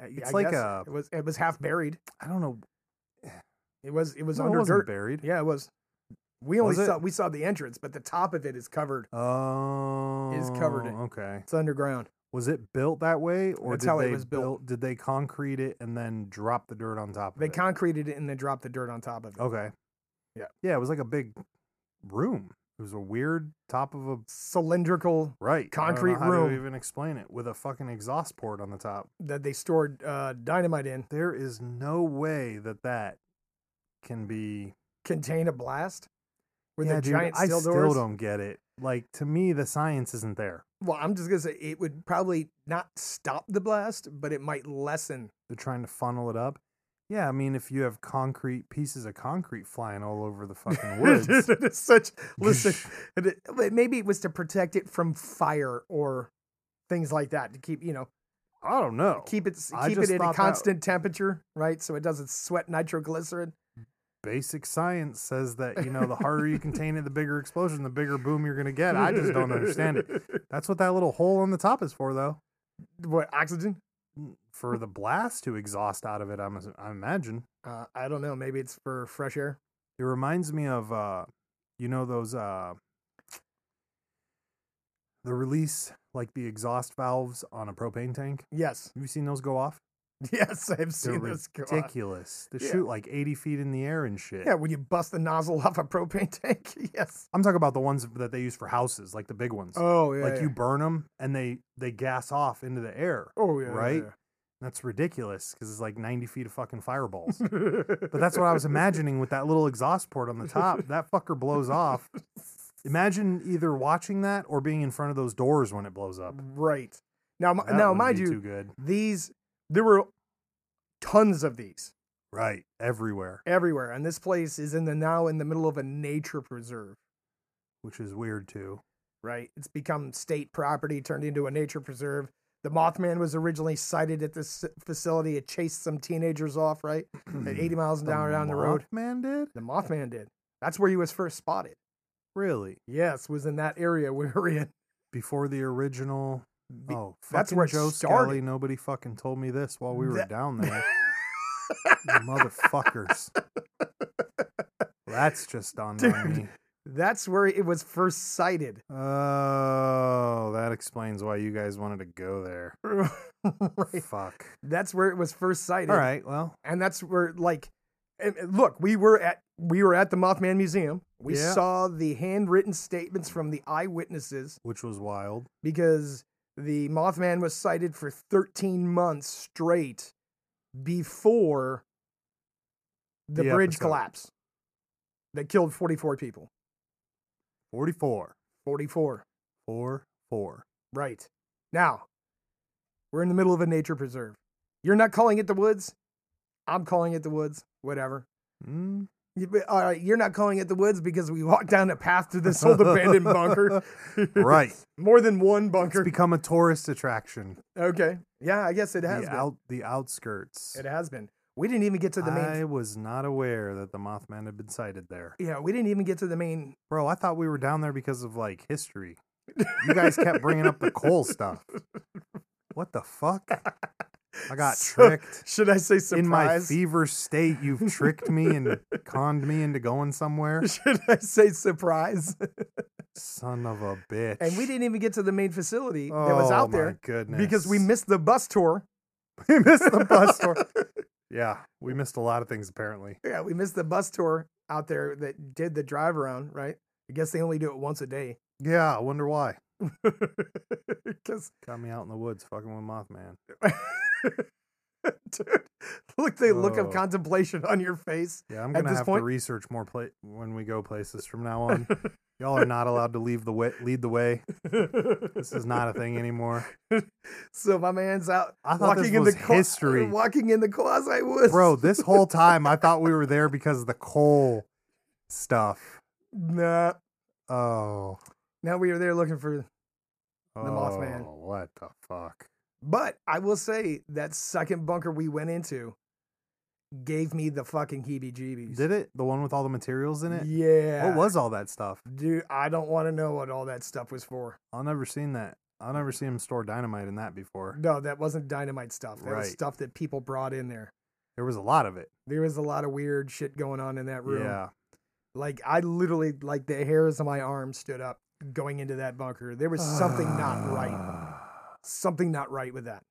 [SPEAKER 2] I-
[SPEAKER 1] It's
[SPEAKER 2] I
[SPEAKER 1] like
[SPEAKER 2] guess
[SPEAKER 1] a-
[SPEAKER 2] it was it was half buried.
[SPEAKER 1] I don't know.
[SPEAKER 2] It was it was
[SPEAKER 1] No, it
[SPEAKER 2] under
[SPEAKER 1] wasn't
[SPEAKER 2] dirt.
[SPEAKER 1] buried.
[SPEAKER 2] Yeah, it was. We only
[SPEAKER 1] Was it?
[SPEAKER 2] saw we saw the entrance, but the top of it is covered.
[SPEAKER 1] Oh,
[SPEAKER 2] covered in-
[SPEAKER 1] Okay.
[SPEAKER 2] It's underground.
[SPEAKER 1] Was it built that way, or
[SPEAKER 2] That's
[SPEAKER 1] did
[SPEAKER 2] how it
[SPEAKER 1] they
[SPEAKER 2] was built.
[SPEAKER 1] build- Did they concrete it and then drop the dirt on top of
[SPEAKER 2] They
[SPEAKER 1] it?
[SPEAKER 2] concreted it and then dropped the dirt on top of it.
[SPEAKER 1] Okay.
[SPEAKER 2] Yeah.
[SPEAKER 1] Yeah, it was like a big room. It was a weird top of a
[SPEAKER 2] Cylindrical
[SPEAKER 1] right I don't know
[SPEAKER 2] Concrete
[SPEAKER 1] how to
[SPEAKER 2] room.
[SPEAKER 1] even explain it with a fucking exhaust port on the top.
[SPEAKER 2] that they stored uh, dynamite in
[SPEAKER 1] There is no way that that can be.
[SPEAKER 2] contained a blast with
[SPEAKER 1] yeah,
[SPEAKER 2] the
[SPEAKER 1] dude,
[SPEAKER 2] giant
[SPEAKER 1] I
[SPEAKER 2] steel
[SPEAKER 1] still
[SPEAKER 2] doors.
[SPEAKER 1] don't get it. Like to me, the science isn't there.
[SPEAKER 2] Well, I'm just gonna say it would probably not stop the blast, but it might lessen. <laughs>
[SPEAKER 1] They're trying to funnel it up. Yeah, I mean, if you have concrete pieces of concrete flying all over the fucking woods,
[SPEAKER 2] <laughs> Dude, it's such listen, and it- but maybe it was to protect it from fire or things like that to keep you know
[SPEAKER 1] <laughs> I don't know.
[SPEAKER 2] keep it
[SPEAKER 1] I
[SPEAKER 2] keep it
[SPEAKER 1] just
[SPEAKER 2] at a
[SPEAKER 1] thought that-
[SPEAKER 2] constant temperature, right? So it doesn't sweat nitroglycerin.
[SPEAKER 1] basic science says that you know the
[SPEAKER 2] <laughs>
[SPEAKER 1] harder you contain it the bigger explosion the bigger boom you're going to get i just don't understand
[SPEAKER 2] <laughs>
[SPEAKER 1] it that's what that little hole on the top is for though
[SPEAKER 2] What oxygen?
[SPEAKER 1] for the blast to exhaust out of it i'm assu- i imagine
[SPEAKER 2] Uh, I don't know. Maybe it's for fresh air.
[SPEAKER 1] it reminds me of uh you know those uh the release like the exhaust valves on a propane tank
[SPEAKER 2] Yes. <laughs>
[SPEAKER 1] have you seen those go off
[SPEAKER 2] Yes, I've
[SPEAKER 1] they're
[SPEAKER 2] seen this go on.
[SPEAKER 1] ridiculous they
[SPEAKER 2] Yeah.
[SPEAKER 1] shoot like 80 feet in the air and shit
[SPEAKER 2] Yeah, when you bust the nozzle <laughs> off a propane tank. <laughs> Yes.
[SPEAKER 1] i'm talking about the ones that they use for houses like the big ones
[SPEAKER 2] Oh yeah.
[SPEAKER 1] like
[SPEAKER 2] yeah.
[SPEAKER 1] you burn them and they they gas off into the air
[SPEAKER 2] Oh yeah. yeah,
[SPEAKER 1] right?
[SPEAKER 2] yeah.
[SPEAKER 1] that's ridiculous because it's like 90 feet of fucking fireballs <laughs> but that's what i was imagining with that little exhaust port on the top that fucker blows off imagine either watching that or being in front of those doors when it blows up
[SPEAKER 2] Right. Now, mi-
[SPEAKER 1] That
[SPEAKER 2] now,
[SPEAKER 1] wouldn't
[SPEAKER 2] mind
[SPEAKER 1] be
[SPEAKER 2] you,
[SPEAKER 1] too good
[SPEAKER 2] these there were tons of these
[SPEAKER 1] right everywhere
[SPEAKER 2] everywhere, and this place is in the now in the middle of a nature preserve.
[SPEAKER 1] which is weird too
[SPEAKER 2] right? It's become state property, turned into a nature preserve. The Mothman was originally sighted at this facility. It chased some teenagers off,
[SPEAKER 1] <clears throat>
[SPEAKER 2] right? At 80 miles an hour down the road.
[SPEAKER 1] man did
[SPEAKER 2] The Mothman did. That's where he was first spotted.
[SPEAKER 1] really
[SPEAKER 2] Yes, was in that area <laughs> we were in.
[SPEAKER 1] before the original
[SPEAKER 2] Be-
[SPEAKER 1] oh
[SPEAKER 2] that's
[SPEAKER 1] fucking
[SPEAKER 2] where it
[SPEAKER 1] joe
[SPEAKER 2] started.
[SPEAKER 1] Scully, nobody fucking told me this while we were
[SPEAKER 2] That-
[SPEAKER 1] down
[SPEAKER 2] <laughs>
[SPEAKER 1] there motherfuckers. That's just dawned on
[SPEAKER 2] Dude.
[SPEAKER 1] me.
[SPEAKER 2] That's where it was first
[SPEAKER 1] <laughs>
[SPEAKER 2] sighted.
[SPEAKER 1] Oh, that explains why you guys wanted to go there.
[SPEAKER 2] right.
[SPEAKER 1] Fuck.
[SPEAKER 2] That's where it was first sighted.
[SPEAKER 1] All right. Well,
[SPEAKER 2] and that's where like and and look we were at we were at the mothman museum we
[SPEAKER 1] Yeah.
[SPEAKER 2] saw the handwritten statements from the eyewitnesses
[SPEAKER 1] which was wild.
[SPEAKER 2] because the mothman was sighted for 13 months straight before the,
[SPEAKER 1] The
[SPEAKER 2] bridge
[SPEAKER 1] episode.
[SPEAKER 2] collapse that killed 44 people
[SPEAKER 1] 44.
[SPEAKER 2] 44
[SPEAKER 1] 4 4.
[SPEAKER 2] right now we're in the middle of a nature <laughs> preserve you're not calling it the woods i'm calling it the woods whatever
[SPEAKER 1] Mm,
[SPEAKER 2] You- but, All right, you're not calling it the woods because we walked down a path to this old abandoned bunker.
[SPEAKER 1] <laughs> Right.
[SPEAKER 2] <laughs> More than one bunker.
[SPEAKER 1] It's become a tourist attraction.
[SPEAKER 2] okay. Yeah, I guess it has
[SPEAKER 1] the
[SPEAKER 2] been.
[SPEAKER 1] out the outskirts.
[SPEAKER 2] It has been. We didn't even get to the main.
[SPEAKER 1] I was not aware that the Mothman had been sighted there.
[SPEAKER 2] yeah, we didn't even get to the main. <laughs>
[SPEAKER 1] Bro, I thought we were down there because of like history. You guys kept bringing up the coal stuff. What the fuck? I
[SPEAKER 2] <laughs>
[SPEAKER 1] got
[SPEAKER 2] So,
[SPEAKER 1] tricked.
[SPEAKER 2] Should I say surprise?
[SPEAKER 1] In my fever state, you've tricked me and conned me into going somewhere.
[SPEAKER 2] <laughs> Should I say surprise?
[SPEAKER 1] Son of a bitch.
[SPEAKER 2] And we didn't even get to the main facility that was
[SPEAKER 1] Oh,
[SPEAKER 2] out
[SPEAKER 1] my
[SPEAKER 2] there
[SPEAKER 1] goodness.
[SPEAKER 2] because we <laughs> missed the bus tour.
[SPEAKER 1] we missed <laughs> the <laughs> bus tour. Yeah, we missed a lot of things apparently.
[SPEAKER 2] <laughs> Yeah, we missed the bus tour out there that did the drive around, right? I guess they only do it once a day. <laughs>
[SPEAKER 1] Yeah, I wonder why.
[SPEAKER 2] Because,
[SPEAKER 1] Got me out in the woods fucking with Mothman.
[SPEAKER 2] <laughs> dude, look the look
[SPEAKER 1] Oh.
[SPEAKER 2] of contemplation on your face.
[SPEAKER 1] Yeah, I'm
[SPEAKER 2] At
[SPEAKER 1] gonna
[SPEAKER 2] this
[SPEAKER 1] have
[SPEAKER 2] point-
[SPEAKER 1] to research more pla- when we go places from
[SPEAKER 2] <laughs>
[SPEAKER 1] now on. Y'all are not allowed to leave the way, lead the way. <laughs> This is not a thing anymore.
[SPEAKER 2] <laughs> So my man's out
[SPEAKER 1] I thought
[SPEAKER 2] walking
[SPEAKER 1] this
[SPEAKER 2] in
[SPEAKER 1] was
[SPEAKER 2] the clo- <laughs>
[SPEAKER 1] history,
[SPEAKER 2] Walking in the closet was
[SPEAKER 1] bro. This whole time I thought we were there because of the coal stuff.
[SPEAKER 2] Nah.
[SPEAKER 1] Oh,
[SPEAKER 2] Now we were there looking for
[SPEAKER 1] the
[SPEAKER 2] Mothman.
[SPEAKER 1] Oh, What the fuck?
[SPEAKER 2] But I will say that second bunker we went into gave me the fucking heebie jeebies.
[SPEAKER 1] Did it? The one with all the materials in it?
[SPEAKER 2] Yeah.
[SPEAKER 1] What was all that stuff?
[SPEAKER 2] Dude, I don't want to know what all that stuff was for.
[SPEAKER 1] I've never seen that. I've never seen him store dynamite in that before.
[SPEAKER 2] No, that wasn't dynamite stuff. That was
[SPEAKER 1] Right.
[SPEAKER 2] stuff that people brought in there.
[SPEAKER 1] There was a lot of it.
[SPEAKER 2] There was a lot of weird shit going on in that room.
[SPEAKER 1] Yeah.
[SPEAKER 2] Like I literally like the hairs on my arm stood up going into that bunker. There was something not right. something not right with that.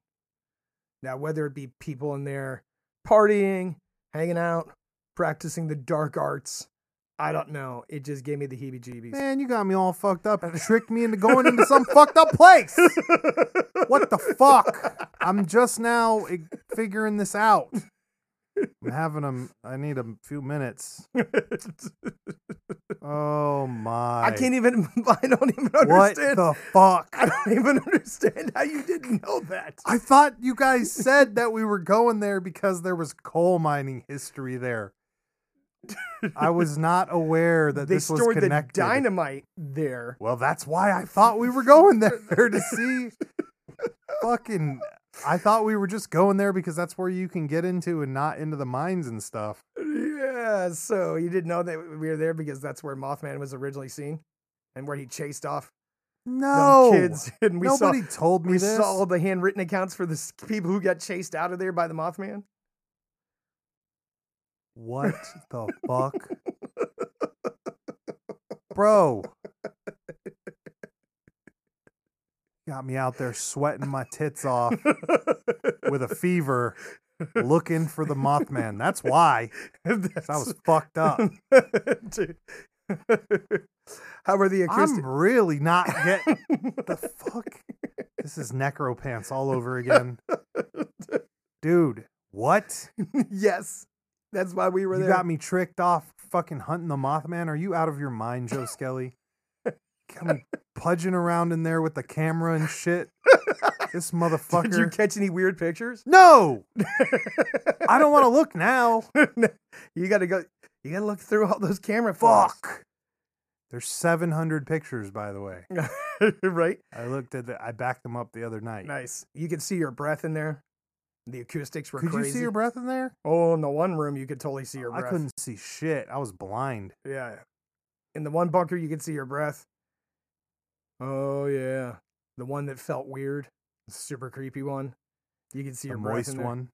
[SPEAKER 2] Now, whether it be people in there partying, hanging out, practicing the dark arts, I don't know. It just gave me the heebie jeebies.
[SPEAKER 1] <sighs> Man, you got me all
[SPEAKER 2] <laughs>
[SPEAKER 1] fucked up. Tricked me into going into some fucked up place. What the fuck? I'm just now eh, figuring this out. I'm having a. I need a few minutes. Oh my!
[SPEAKER 2] <laughs> I can't even, <laughs> I don't even
[SPEAKER 1] What
[SPEAKER 2] understand.
[SPEAKER 1] the fuck?
[SPEAKER 2] I don't even understand how you didn't know that.
[SPEAKER 1] I thought you guys said that we were going there because there was coal mining history there. I was not aware that
[SPEAKER 2] they
[SPEAKER 1] this was
[SPEAKER 2] stored the
[SPEAKER 1] connected.
[SPEAKER 2] dynamite there.
[SPEAKER 1] Well, that's why I thought we were going there <laughs> to see fucking I thought we were just going there because that's where you can get into and not into the mines and stuff.
[SPEAKER 2] Yeah, so you didn't know that we were there because that's where Mothman was originally seen and where he chased off them
[SPEAKER 1] No.
[SPEAKER 2] kids. <laughs> And we saw
[SPEAKER 1] Nobody told me
[SPEAKER 2] we
[SPEAKER 1] this.
[SPEAKER 2] saw
[SPEAKER 1] <laughs>
[SPEAKER 2] all the handwritten accounts for the s- people who got chased out of there by the Mothman. <laughs>
[SPEAKER 1] What the fuck? Bro. Got me out there sweating my tits off with a fever looking for the Mothman. That's why. 'Cause I was fucked <laughs> up.
[SPEAKER 2] <laughs> Dude. How were the
[SPEAKER 1] I'm
[SPEAKER 2] acoustics?
[SPEAKER 1] really not <laughs> getting the fuck. This is necropants all over <laughs> again, dude. What?
[SPEAKER 2] <laughs> yes, that's why we were
[SPEAKER 1] You
[SPEAKER 2] there.
[SPEAKER 1] got me tricked off fucking hunting the Mothman. Are you out of your mind, Joe Skelly?
[SPEAKER 2] <laughs>
[SPEAKER 1] Got me pudging around in there with the camera and shit. This
[SPEAKER 2] <laughs> <laughs>
[SPEAKER 1] motherfucker.
[SPEAKER 2] Did you catch any weird pictures? <laughs>
[SPEAKER 1] no, I don't want to look now.
[SPEAKER 2] you got to go. You got to look through all those camera. photos.
[SPEAKER 1] Fuck. There's 700 pictures, by the way.
[SPEAKER 2] <laughs> right?
[SPEAKER 1] I looked at the. I backed them up the other night.
[SPEAKER 2] Nice. You could see your breath in there. The acoustics were
[SPEAKER 1] Could
[SPEAKER 2] crazy.
[SPEAKER 1] you see your breath in there?
[SPEAKER 2] oh, in the one room you could totally see your
[SPEAKER 1] I
[SPEAKER 2] breath.
[SPEAKER 1] couldn't see shit. I was blind.
[SPEAKER 2] Yeah. In the one bunker you could see your breath. Oh yeah. The one that felt weird. the super creepy one. You could see
[SPEAKER 1] the
[SPEAKER 2] your breath in
[SPEAKER 1] moist
[SPEAKER 2] there.
[SPEAKER 1] one.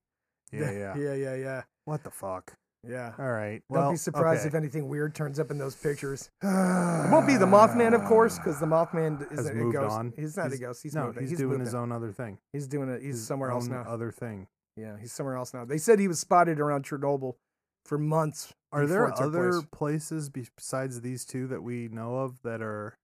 [SPEAKER 1] Yeah,
[SPEAKER 2] <laughs>
[SPEAKER 1] yeah.
[SPEAKER 2] Yeah, Uh, yeah, yeah.
[SPEAKER 1] What the fuck?
[SPEAKER 2] Yeah.
[SPEAKER 1] All right.
[SPEAKER 2] Don't
[SPEAKER 1] well,
[SPEAKER 2] be surprised if
[SPEAKER 1] okay.
[SPEAKER 2] anything weird turns up in those pictures.
[SPEAKER 1] it
[SPEAKER 2] It won't be the Mothman, of course, because <sighs> the Mothman
[SPEAKER 1] Has
[SPEAKER 2] is a
[SPEAKER 1] moved
[SPEAKER 2] ghost.
[SPEAKER 1] on.
[SPEAKER 2] He's not
[SPEAKER 1] He's-
[SPEAKER 2] a ghost. He's
[SPEAKER 1] no,
[SPEAKER 2] moved on.
[SPEAKER 1] he's, doing
[SPEAKER 2] moved
[SPEAKER 1] his
[SPEAKER 2] on.
[SPEAKER 1] own other thing.
[SPEAKER 2] He's doing it. He's
[SPEAKER 1] His
[SPEAKER 2] somewhere else
[SPEAKER 1] own
[SPEAKER 2] now.
[SPEAKER 1] Other thing.
[SPEAKER 2] Yeah, he's somewhere else now. They said he was spotted around Chernobyl for months.
[SPEAKER 1] Are
[SPEAKER 2] before
[SPEAKER 1] there
[SPEAKER 2] it took
[SPEAKER 1] other
[SPEAKER 2] place.
[SPEAKER 1] places be- besides these two that we know of that are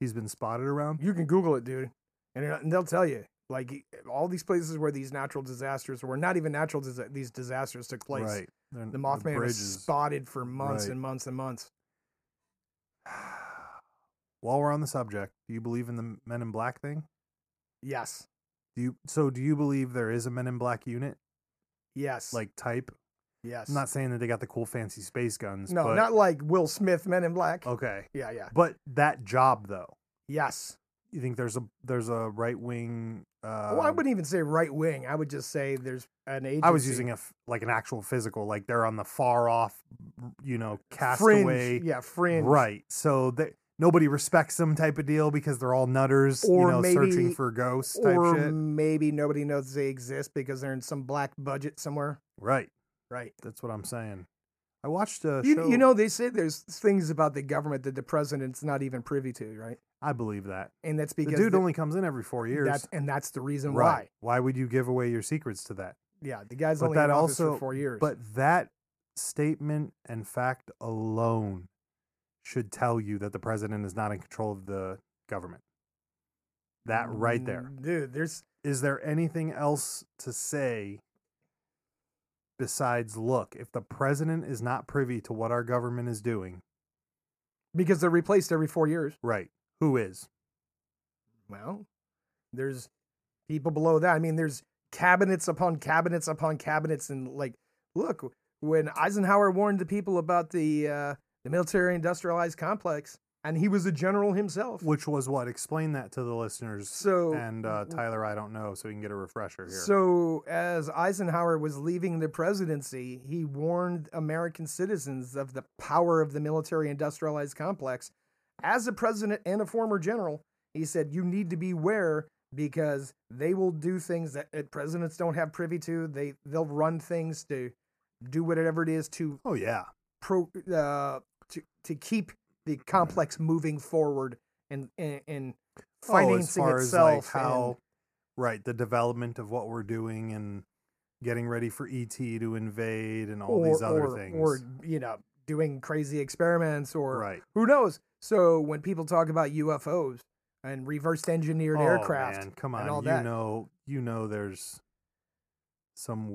[SPEAKER 1] he's been spotted around?
[SPEAKER 2] You can Google it, dude, and, it- and they'll tell you. Like he- all these places where these natural disasters were not even natural disa- these disasters took place.
[SPEAKER 1] Right. They're-
[SPEAKER 2] The Mothman was
[SPEAKER 1] bridges.
[SPEAKER 2] spotted for months
[SPEAKER 1] Right.
[SPEAKER 2] and months and months.
[SPEAKER 1] While we're on the subject, do you believe in the Men in Black thing?
[SPEAKER 2] Yes,
[SPEAKER 1] Do you so do you believe there is a Men in Black unit
[SPEAKER 2] yes,
[SPEAKER 1] like type?
[SPEAKER 2] Yes.
[SPEAKER 1] I'm not saying that they got the cool fancy space guns.
[SPEAKER 2] no,
[SPEAKER 1] but, Oh.
[SPEAKER 2] not like Will Smith, Men in Black.
[SPEAKER 1] okay.
[SPEAKER 2] Yeah, yeah.
[SPEAKER 1] But that job though,
[SPEAKER 2] Yes.
[SPEAKER 1] you think there's a there's a right wing? Uh,
[SPEAKER 2] well, I wouldn't even say right wing. I would just say there's an agency.
[SPEAKER 1] I was using a f- like an actual physical, like they're on the far off, you know,
[SPEAKER 2] fringe.
[SPEAKER 1] castaway,
[SPEAKER 2] Yeah, fringe.
[SPEAKER 1] right? So they nobody respects them type of deal because they're all nutters,
[SPEAKER 2] Or
[SPEAKER 1] you know,
[SPEAKER 2] maybe-
[SPEAKER 1] searching for ghosts type
[SPEAKER 2] Or
[SPEAKER 1] shit.
[SPEAKER 2] maybe nobody knows they exist because they're in some black budget somewhere.
[SPEAKER 1] Right.
[SPEAKER 2] Right.
[SPEAKER 1] That's what I'm saying. I watched a
[SPEAKER 2] You,
[SPEAKER 1] show.
[SPEAKER 2] you know, they say there's things about the government that the president's not even privy to, right?
[SPEAKER 1] I believe that
[SPEAKER 2] And that's
[SPEAKER 1] the
[SPEAKER 2] because
[SPEAKER 1] dude
[SPEAKER 2] the-
[SPEAKER 1] only comes in every four years.
[SPEAKER 2] that's, and that's the reason
[SPEAKER 1] right. Why would you give away your secrets to that?
[SPEAKER 2] why. Yeah, the guy's
[SPEAKER 1] But
[SPEAKER 2] only
[SPEAKER 1] that
[SPEAKER 2] in office for
[SPEAKER 1] also-
[SPEAKER 2] four years.
[SPEAKER 1] But that statement and fact alone should tell you that the president is not in control of the government. That right there.
[SPEAKER 2] Mm, dude. There's
[SPEAKER 1] Is there anything else to say besides look, if the president is not privy to what our government is doing,
[SPEAKER 2] because they're replaced every four years.
[SPEAKER 1] right, who is?
[SPEAKER 2] Well, there's people below that. I mean, there's cabinets upon cabinets upon cabinets, and like, look, when Eisenhower warned the people about the uh, the military-industrialized complex, and he was a general himself.
[SPEAKER 1] Which was what? Explain that to the listeners.
[SPEAKER 2] So
[SPEAKER 1] and uh,
[SPEAKER 2] w-
[SPEAKER 1] Tyler, I don't know, so we can get a refresher here.
[SPEAKER 2] So, as Eisenhower was leaving the presidency, he warned American citizens of the power of the military industrialized complex. As a president and a former general, he said, You need to beware because they will do things that uh, presidents don't have privy to. They, they'll run things to do whatever it is to,
[SPEAKER 1] oh yeah,
[SPEAKER 2] pro, uh, to, to keep the complex moving forward and, and, and
[SPEAKER 1] Oh,
[SPEAKER 2] financing
[SPEAKER 1] as far as
[SPEAKER 2] itself.
[SPEAKER 1] like how
[SPEAKER 2] and-
[SPEAKER 1] right the development of what we're doing and getting ready for ET to invade and all these other things.
[SPEAKER 2] Or, you know, doing crazy experiments or
[SPEAKER 1] right.
[SPEAKER 2] who knows. So when people talk about UFOs and reversed engineered
[SPEAKER 1] oh,
[SPEAKER 2] aircraft,
[SPEAKER 1] Man, come
[SPEAKER 2] and
[SPEAKER 1] on,
[SPEAKER 2] all
[SPEAKER 1] you
[SPEAKER 2] that.
[SPEAKER 1] know, you know, there's some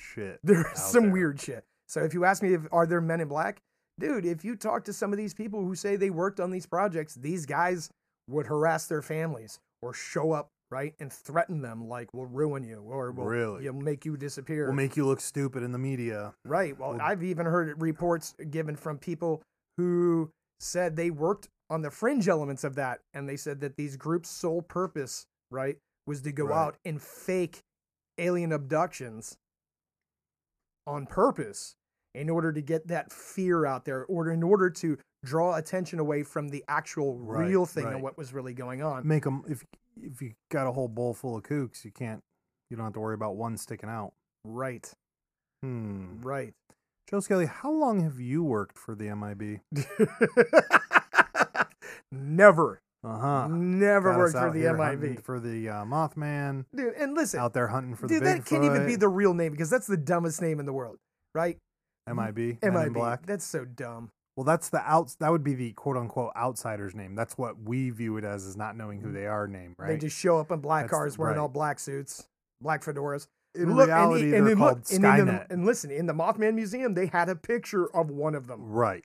[SPEAKER 2] <laughs>
[SPEAKER 1] shit.
[SPEAKER 2] <laughs> there's
[SPEAKER 1] out
[SPEAKER 2] some
[SPEAKER 1] there.
[SPEAKER 2] weird shit. So if you ask me if are there men in black, dude, if you talk to some of these people who say they worked on these projects, these guys would harass their families or show up, right, and threaten them like we'll ruin you or we'll
[SPEAKER 1] Really?
[SPEAKER 2] you'll make you disappear.
[SPEAKER 1] Will make you look stupid in the media.
[SPEAKER 2] Right. Well,
[SPEAKER 1] Well-
[SPEAKER 2] I've even heard reports given from people who said they worked on the fringe elements of that, and they said that these groups' sole purpose, right, was to go
[SPEAKER 1] Right.
[SPEAKER 2] out and fake alien abductions on purpose in order to get that fear out there, or in order to draw attention away from the actual
[SPEAKER 1] Right,
[SPEAKER 2] real thing
[SPEAKER 1] right.
[SPEAKER 2] and what was really going on.
[SPEAKER 1] Make them if if you got a whole bowl full of kooks, you can't. You don't have to worry about one sticking out.
[SPEAKER 2] Right.
[SPEAKER 1] Hmm.
[SPEAKER 2] Right. <laughs>
[SPEAKER 1] Joe Skelly, how long have you worked for the MIB?
[SPEAKER 2] never,
[SPEAKER 1] Uh huh.
[SPEAKER 2] never worked for the MIV.
[SPEAKER 1] MIB for the uh, Mothman.
[SPEAKER 2] Dude, and listen,
[SPEAKER 1] Out there hunting for
[SPEAKER 2] dude,
[SPEAKER 1] the
[SPEAKER 2] that can't even be
[SPEAKER 1] Bigfoot,
[SPEAKER 2] the real name because that's the dumbest name in the world, right?
[SPEAKER 1] MIB. Men in
[SPEAKER 2] MIB.
[SPEAKER 1] Black.
[SPEAKER 2] That's so dumb.
[SPEAKER 1] Well, that's the outs. That would be the quote unquote outsider's name. That's what we view it as, is not knowing who they are name, right?
[SPEAKER 2] Mm. They just show up in black
[SPEAKER 1] That's-
[SPEAKER 2] cars wearing
[SPEAKER 1] right.
[SPEAKER 2] all black suits, black fedoras.
[SPEAKER 1] in
[SPEAKER 2] Look, and-
[SPEAKER 1] reality,
[SPEAKER 2] and,
[SPEAKER 1] they're
[SPEAKER 2] then
[SPEAKER 1] called
[SPEAKER 2] look, and, then-
[SPEAKER 1] Skynet.
[SPEAKER 2] and listen, in the Mothman Museum, they had a picture of one of them.
[SPEAKER 1] right.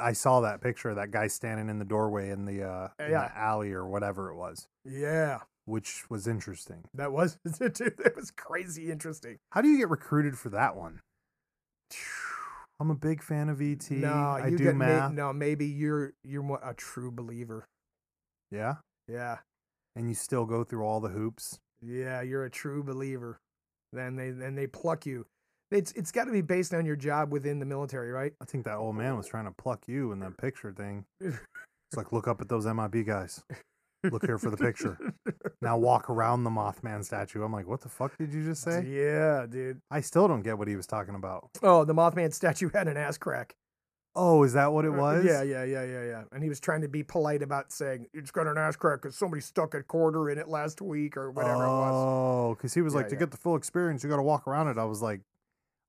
[SPEAKER 1] I saw that picture of that guy standing in the doorway in the, uh, in
[SPEAKER 2] Yeah.
[SPEAKER 1] the alley or whatever it was,
[SPEAKER 2] Yeah,
[SPEAKER 1] which was interesting.
[SPEAKER 2] that was <laughs> dude, that was crazy interesting.
[SPEAKER 1] How do you get recruited for that one? I'm a big fan of ET.
[SPEAKER 2] no,
[SPEAKER 1] I
[SPEAKER 2] you
[SPEAKER 1] do
[SPEAKER 2] get ma-
[SPEAKER 1] math.
[SPEAKER 2] no, maybe you're you're mo- a true believer.
[SPEAKER 1] Yeah.
[SPEAKER 2] Yeah,
[SPEAKER 1] And you still go through all the hoops.
[SPEAKER 2] Yeah, you're a true believer. Then they then they pluck you. It's it's got to be based on your job within the military, right?
[SPEAKER 1] I think that old man was trying to pluck you in that picture thing. It's like, look up at those MIB guys. Look here for
[SPEAKER 2] <laughs>
[SPEAKER 1] the picture. Now walk around the Mothman statue. I'm like, what the fuck did you just say?
[SPEAKER 2] Yeah, dude.
[SPEAKER 1] I still don't get what he was talking about.
[SPEAKER 2] Oh, the Mothman statue had an ass crack.
[SPEAKER 1] Oh, is that what it
[SPEAKER 2] Uh,
[SPEAKER 1] was?
[SPEAKER 2] Yeah, yeah, yeah, yeah, yeah. And he was trying to be polite about saying it's got an ass crack because somebody stuck a quarter in it last week or whatever it was.
[SPEAKER 1] Oh, because he was
[SPEAKER 2] Yeah,
[SPEAKER 1] like, to
[SPEAKER 2] yeah.
[SPEAKER 1] get the full experience, you got to walk around it. I was like,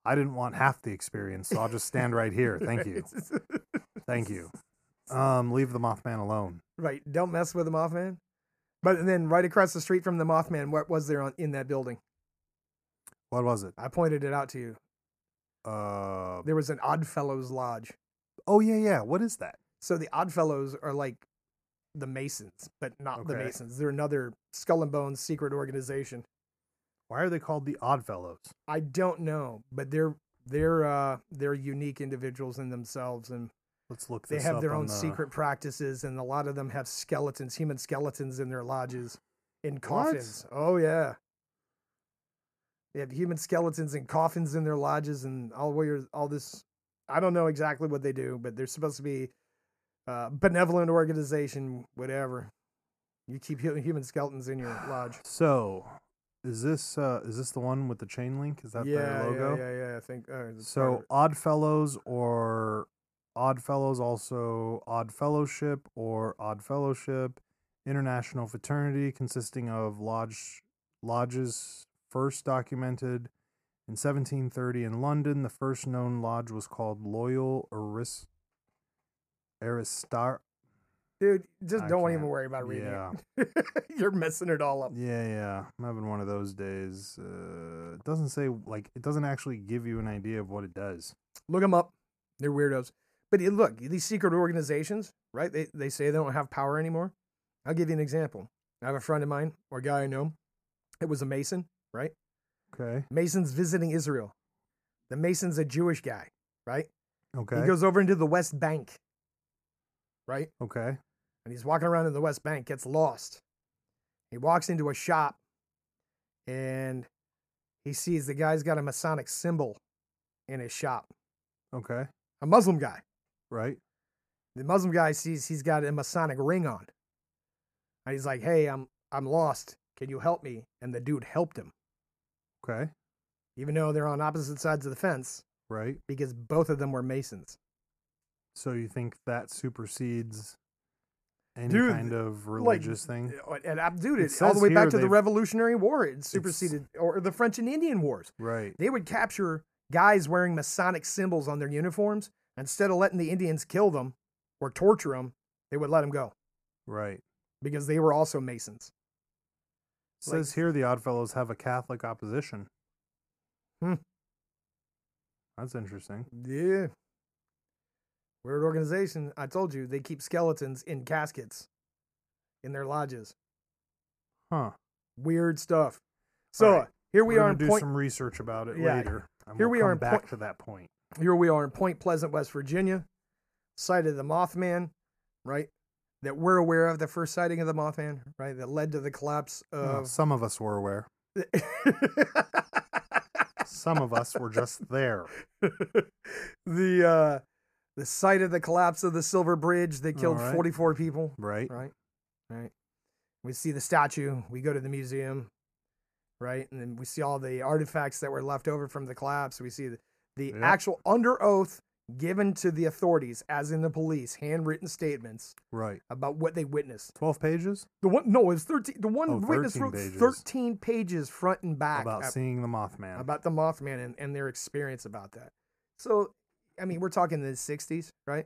[SPEAKER 1] I didn't want half the experience, so I'll just stand
[SPEAKER 2] <laughs>
[SPEAKER 1] right here. Thank you. Thank you. Um, leave the Mothman alone.
[SPEAKER 2] right. Don't mess with the Mothman. But then right across the street from the Mothman, what was there on, in that building?
[SPEAKER 1] What was it?
[SPEAKER 2] I pointed it out to you.
[SPEAKER 1] Uh,
[SPEAKER 2] There was an Oddfellows Lodge.
[SPEAKER 1] oh, yeah, yeah. What is that?
[SPEAKER 2] So the Oddfellows are like the Masons, but not the
[SPEAKER 1] Okay.
[SPEAKER 2] Masons. They're another skull and bones secret organization.
[SPEAKER 1] Why are they called the Oddfellows?
[SPEAKER 2] I don't know, but they're they're uh, they're unique individuals in themselves, and
[SPEAKER 1] Let's look.
[SPEAKER 2] they
[SPEAKER 1] This
[SPEAKER 2] have
[SPEAKER 1] up
[SPEAKER 2] their
[SPEAKER 1] on
[SPEAKER 2] own
[SPEAKER 1] the-
[SPEAKER 2] secret practices, and a lot of them have skeletons, human skeletons, in their lodges, in coffins. Oh yeah, they have human skeletons and coffins in their lodges, and all where all this. I don't know exactly what they do, but they're supposed to be uh, benevolent organization, whatever. You keep hu- human skeletons in your
[SPEAKER 1] <sighs>
[SPEAKER 2] lodge.
[SPEAKER 1] So, is this uh is this the one with the chain link? Is that
[SPEAKER 2] yeah,
[SPEAKER 1] their logo?
[SPEAKER 2] yeah, yeah, yeah. I think uh, that's part of
[SPEAKER 1] So
[SPEAKER 2] it.
[SPEAKER 1] Oddfellows or Oddfellows also Odd Fellowship or Odd Fellowship International Fraternity consisting of lodge lodges first documented in 1730 in London. The first known lodge was called Loyal Aris Aristar.
[SPEAKER 2] dude, just
[SPEAKER 1] I
[SPEAKER 2] don't even
[SPEAKER 1] can't-
[SPEAKER 2] worry about reading
[SPEAKER 1] Yeah.
[SPEAKER 2] it. <laughs> You're messing it all up.
[SPEAKER 1] Yeah, yeah. I'm having one of those days. Uh, it doesn't say like it doesn't actually give you an idea of what it does.
[SPEAKER 2] Look them up. They're weirdos. But it- look, these secret organizations, right? They, they say they don't have power anymore. I'll give you an example. I have a friend of mine or a guy I know. It was a Mason, right?
[SPEAKER 1] Okay.
[SPEAKER 2] Mason's visiting Israel. The Mason's a Jewish guy, right?
[SPEAKER 1] Okay.
[SPEAKER 2] He goes over into the West Bank, right?
[SPEAKER 1] okay.
[SPEAKER 2] and he's walking around in the West Bank, gets lost. He walks into a shop and he sees the guy's got a Masonic symbol in his shop,
[SPEAKER 1] Okay.
[SPEAKER 2] a Muslim guy.
[SPEAKER 1] Right.
[SPEAKER 2] The Muslim guy sees he's got a Masonic ring on. And he's like, hey, I'm, I'm lost. Can you help me? And the dude helped him,
[SPEAKER 1] Okay.
[SPEAKER 2] even though they're on opposite sides of the fence,
[SPEAKER 1] Right.
[SPEAKER 2] because both of them were Masons.
[SPEAKER 1] So you think that supersedes any
[SPEAKER 2] Dude,
[SPEAKER 1] kind of
[SPEAKER 2] like,
[SPEAKER 1] religious thing?
[SPEAKER 2] Eh, oh, And I, dude,
[SPEAKER 1] Hmm. It
[SPEAKER 2] it, all the
[SPEAKER 1] says
[SPEAKER 2] way back
[SPEAKER 1] here
[SPEAKER 2] to the
[SPEAKER 1] they've-
[SPEAKER 2] Revolutionary War, it superseded, or the French and Indian Wars.
[SPEAKER 1] Right.
[SPEAKER 2] they would capture guys wearing Masonic symbols on their uniforms. Instead of letting the Indians kill them or torture them, they would let them go
[SPEAKER 1] Right.
[SPEAKER 2] because they were also Masons.
[SPEAKER 1] It says here the Oddfellows have a Catholic opposition.
[SPEAKER 2] Hmm.
[SPEAKER 1] That's interesting.
[SPEAKER 2] Yeah. Weird organization. I told you they keep skeletons in caskets in their lodges.
[SPEAKER 1] Huh.
[SPEAKER 2] Weird stuff. So
[SPEAKER 1] right.
[SPEAKER 2] here we
[SPEAKER 1] We're
[SPEAKER 2] are
[SPEAKER 1] gonna
[SPEAKER 2] in
[SPEAKER 1] do
[SPEAKER 2] point.
[SPEAKER 1] some research about it
[SPEAKER 2] Yeah.
[SPEAKER 1] later. And
[SPEAKER 2] Here
[SPEAKER 1] we'll
[SPEAKER 2] we are
[SPEAKER 1] come
[SPEAKER 2] in
[SPEAKER 1] back
[SPEAKER 2] point-
[SPEAKER 1] to that point.
[SPEAKER 2] here we are in Point Pleasant, West Virginia, site of the Mothman, right? That we're aware of the first sighting of the Mothman, right? That led to the collapse
[SPEAKER 1] Well,
[SPEAKER 2] of <laughs>
[SPEAKER 1] some of us were aware. Some of us were just there.
[SPEAKER 2] the uh the site of the collapse of the silver bridge that killed
[SPEAKER 1] Alright.
[SPEAKER 2] 44 people
[SPEAKER 1] Right.
[SPEAKER 2] right right we see the statue we go to the museum right and then we see all the artifacts that were left over from the collapse we see the, the
[SPEAKER 1] Yep.
[SPEAKER 2] actual under oath given to the authorities as in the police handwritten statements
[SPEAKER 1] Right.
[SPEAKER 2] about what they witnessed
[SPEAKER 1] Twelve pages
[SPEAKER 2] the one no it was 13 the one
[SPEAKER 1] Oh,
[SPEAKER 2] witness
[SPEAKER 1] 13
[SPEAKER 2] wrote
[SPEAKER 1] pages.
[SPEAKER 2] 13 pages front and back
[SPEAKER 1] about
[SPEAKER 2] at-
[SPEAKER 1] seeing the Mothman.
[SPEAKER 2] about the Mothman and, and their experience about that. So, I mean, we're talking the 60s, right? And